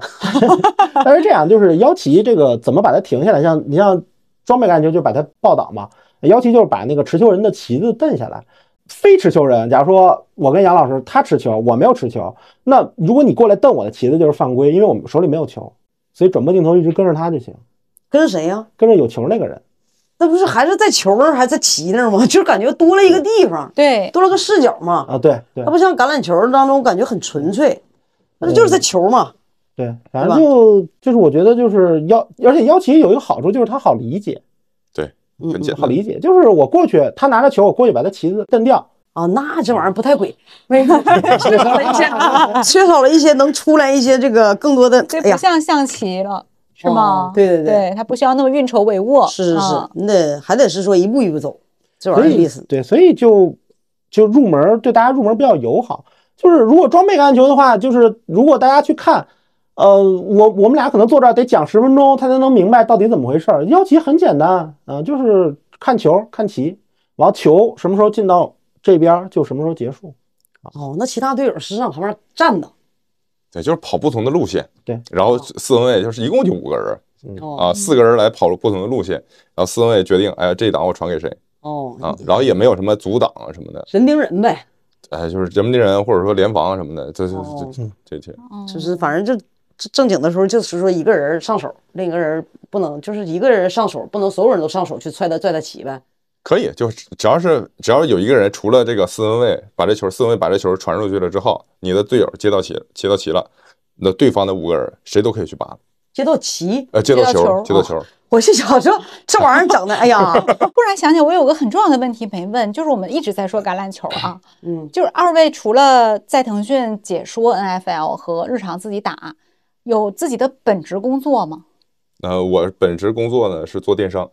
S7: <laughs> 但是这样就是腰旗这个怎么把它停下来？像你像装备橄榄球就把它报道嘛，腰旗就是把那个持球人的旗子蹬下来。非持球人，假如说我跟杨老师他持球，我没有持球，那如果你过来蹬我的旗子就是犯规，因为我们手里没有球，所以转播镜头一直跟着他就行，
S4: 跟着谁呀、
S7: 跟着有球那个人。
S4: 那不是还是在球那儿，还在棋那儿吗？ <laughs> 就是感觉多了一个地方， <laughs>
S5: 对，
S4: 多了个视角嘛。
S7: 啊，对对
S4: 它不像橄榄球当中感觉很纯粹，那就是在球嘛。
S7: 对，反
S4: 吧
S7: 正就就是我觉得就是腰，而且腰旗有一个好处就是它好理解，
S4: 嗯
S6: 很简
S7: 好
S6: 单。
S7: 理解，就是我过去他拿着球，我过去把他旗子蹬掉，
S4: 啊，那这玩意儿不太轨，没 <laughs> 缺
S5: <laughs>
S4: 少了一些，缺少了一些能出来一些这个更多的。
S5: 这
S4: 哎
S5: 不
S4: 呀，
S5: 像象棋了，是吗
S4: 哦？对对对
S5: 对，它不需要那么运筹帷幄。
S4: 是是是
S5: 嗯，
S4: 你得还得是说一步一步走，这玩意儿
S7: 所
S4: 有
S7: 以
S4: 意思。
S7: 对，所以就就入门儿对大家入门儿比较友好。就是如果装备橄榄球的话，就是如果大家去看，呃，我我们俩可能坐这儿得讲十分钟，他才能明白到底怎么回事儿。腰旗很简单啊、就是看球、看棋，然后球什么时候进到这边儿就什么时候结束。
S4: 哦，那其他队友是上旁边站的。
S6: 对，就是跑不同的路线。
S7: 对，
S6: 然后四分卫就是一共就五个人
S4: 哦
S6: 啊，四个人来跑了不同的路线，然后四分卫决定，哎呀，这档我传给谁
S4: 哦，
S6: 啊？然后也没有什么阻挡啊什么的，
S4: 人盯人呗，
S6: 哎，就是人盯人或者说联防啊什么的，这这
S4: 哦
S6: 这这这，
S5: 嗯
S4: 就是反正就正正经的时候，就是说一个人上手，另一个人不能，就是一个人上手，不能所有人都上手去踹他拽他起呗。
S6: 可以，就是只要是只要有一个人，除了这个四分卫把这球，四分卫把这球传出去了之后，你的队友接到齐接到齐了，那对方的五个人谁都可以去拔，
S4: 接到哦齐，
S6: 呃，接到
S5: 接到球
S6: 球，接到球，
S4: 我心想说这玩意儿整的，哎
S6: <laughs>
S4: 呀，
S5: 忽啊然想起我有个很重要的问题没问，就是我们一直在说橄榄球啊，
S4: 嗯，
S5: 就是二位除了在腾讯解说 NFL 和日常自己打，有自己的本职工作吗？
S6: 呃，我本职工作呢是做电商，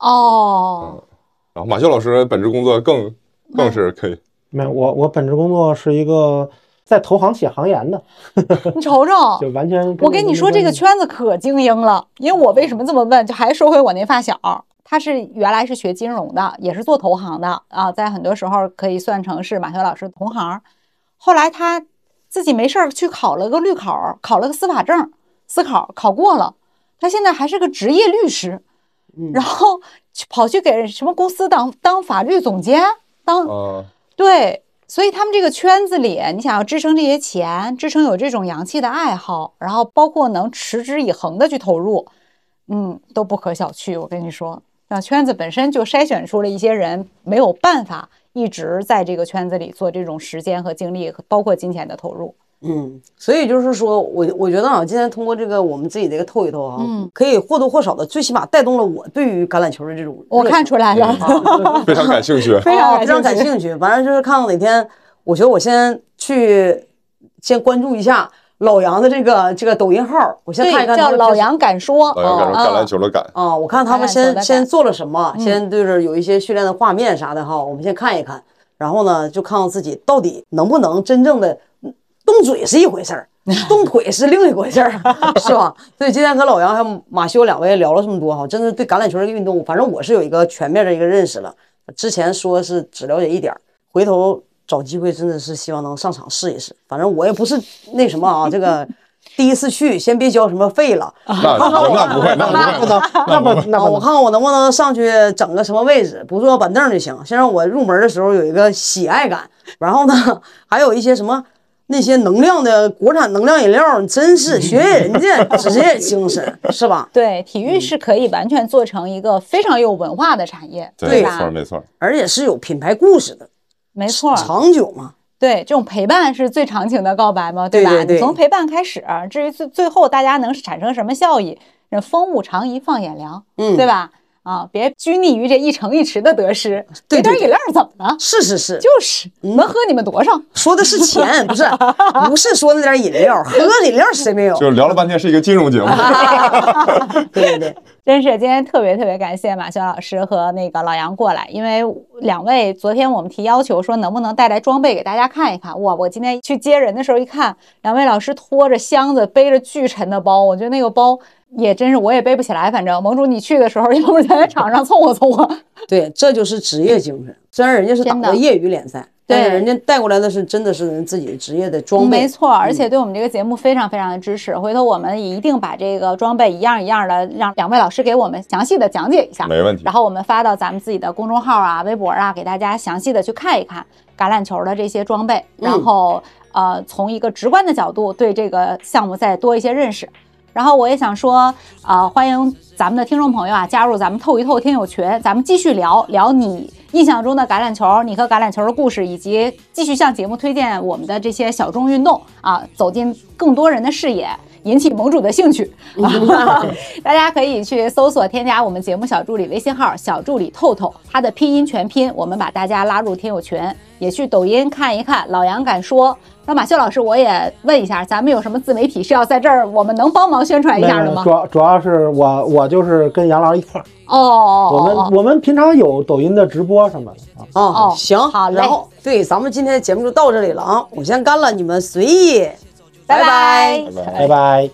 S5: 哦，
S6: 然后马秀老师本职工作更更是可以，
S7: 没有，我我本职工作是一个在投行写行研的，
S5: 你瞅瞅，
S7: <laughs> 就完全跟
S5: 我跟你说，这个
S7: 没关系
S5: 圈子可精英了。因为我为什么这么问，就还说回我那发小，他是原来是学金融的，也是做投行的啊，在很多时候可以算成是马学老师的同行。后来他自己没事儿去考了个律考，考了个司法证，司考考过了，他现在还是个职业律师，然后去跑去给什么公司当当法律总监，当
S6: 嗯，
S5: 对，所以他们这个圈子里，你想要支撑这些钱，支撑有这种洋气的爱好，然后包括能持之以恒的去投入，嗯，都不可小觑。我跟你说，那圈子本身就筛选出了一些人没有办法一直在这个圈子里做这种时间和精力，包括金钱的投入。
S4: 嗯，所以就是说我我觉得啊，今天通过这个我们自己的一个透一透啊，
S5: 嗯
S4: 可以或多或少的，最起码带动了我对于橄榄球的这种
S5: 我
S4: 热
S5: 看出来了，
S6: 非常感兴趣。哎
S5: 非
S4: 哦
S5: 常
S4: 非常
S5: 感
S4: 感
S5: 兴趣。
S4: 兴趣。反正就是看看哪天，我觉得我先去先关注一下老杨的这个这个抖音号，我先看一
S5: 对，
S4: 看
S5: 叫
S4: 他们
S5: 老
S4: 平时
S5: 杨敢说，
S6: 老杨感受
S5: 啊
S6: 橄榄球的感，
S4: 啊、我看他们
S5: 橄榄球
S4: 先
S5: 的
S4: 先
S5: 感
S4: 做了什么，
S5: 嗯
S4: 先就是有一些训练的画面啥的哈，我们先看一看，然后呢，就看看自己到底能不能真正的动嘴是一回事儿，动腿是另一回事儿， <laughs> 是吧？所以今天和老杨还有马修两位聊了这么多哈，真的对橄榄球这个运动，反正我是有一个全面的一个认识了。之前说是只了解一点儿，回头找机会真的是希望能上场试一试。反正我也不是那什么啊，这个 <laughs> 第一次去，先别交什么费了。
S6: 那那不会，那不
S7: 那
S6: 会
S7: 不。能，那不那
S4: 啊，
S5: 哦
S7: 不
S4: 我
S7: 能。
S4: 看看我能不能上去整个什么位置，不坐板凳就行，先让我入门的时候有一个喜爱感。然后呢，还有一些什么那些能量的国产能量饮料，你真是学学人家职业精神，是吧？
S5: 对，体育是可以完全做成一个非常有文化的产业，
S6: 对，没错
S5: 吧？
S6: 没错，
S4: 而且是有品牌故事的，
S5: 没错，
S4: 长久嘛。
S5: 对，这种陪伴是最长情的告白嘛，
S4: 对
S5: 吧？
S4: 对对
S5: 你从陪伴开始，至于最最后大家能产生什么效益，那风物长宜放眼量，
S4: 嗯
S5: 对吧？啊，别拘泥于这一城一池的得失，
S4: 对对
S5: 给点饮料怎么了？
S4: 是嗯是是，
S5: 就是能喝你们多少？
S4: 说的是钱，
S5: <laughs>
S4: 不是不是说那点饮料，喝饮料谁没有？
S6: 就聊了半天是一个金融节目。
S4: 对对对，
S5: 真是今天特别特别感谢马修老师和那个老杨过来，因为两位昨天我们提要求说能不能带来装备给大家看一看。哇，我今天去接人的时候一看，两位老师拖着箱子，背着巨沉的包，我觉得那个包也真是我也背不起来。反正盟主你去的时候， <laughs> 要不咱在场上凑合凑合。
S4: 对，这就是职业精神。虽然人家是打
S5: 真的
S4: 的业余联赛，但是
S5: 对
S4: 人家带过来的是真的是人自己职业的 <laughs> 装备。嗯
S5: 没错，而且对我们这个节目非常非常的支持。回头我们也一定把这个装备一样一样的让两位老师给我们详细的讲解一下。
S6: 没问题
S5: 然后我们发到咱们自己的公众号啊、微博啊，给大家详细的去看一看橄榄球的这些装备，然
S6: 嗯
S5: 后、呃，从一个直观的角度对这个项目再多一些认识。然后我也想说，呃，欢迎咱们的听众朋友啊，加入咱们透一透听友群，咱们继续聊聊你印象中的橄榄球，你和橄榄球的故事，以及继续向节目推荐我们的这些小众运动啊，走进更多人的视野，引起盟主的兴趣。大家可以去搜索添加我们节目小助理微信号“小助理透透”，他的拼音全拼，我们把大家拉入听友群，也去抖音看一看。老杨敢说，那马秀老师，我也问一下，咱们有什么自媒体是要在这儿我们能帮忙宣传一
S7: 没
S5: 下的
S7: 有，
S5: 吗
S7: 主？要主要是我我就是跟杨老师一块儿，
S5: 哦哦
S7: 我
S5: 哦
S7: 们我们平常有抖音的直播什么的啊。
S4: 哦
S5: 哦，
S4: 行，
S5: 好嘞
S4: 然后对，咱们今天的节目就到这里了啊，我先干了，你们随意，
S5: 拜
S4: 拜拜
S5: 哎
S6: 拜拜
S7: 拜拜。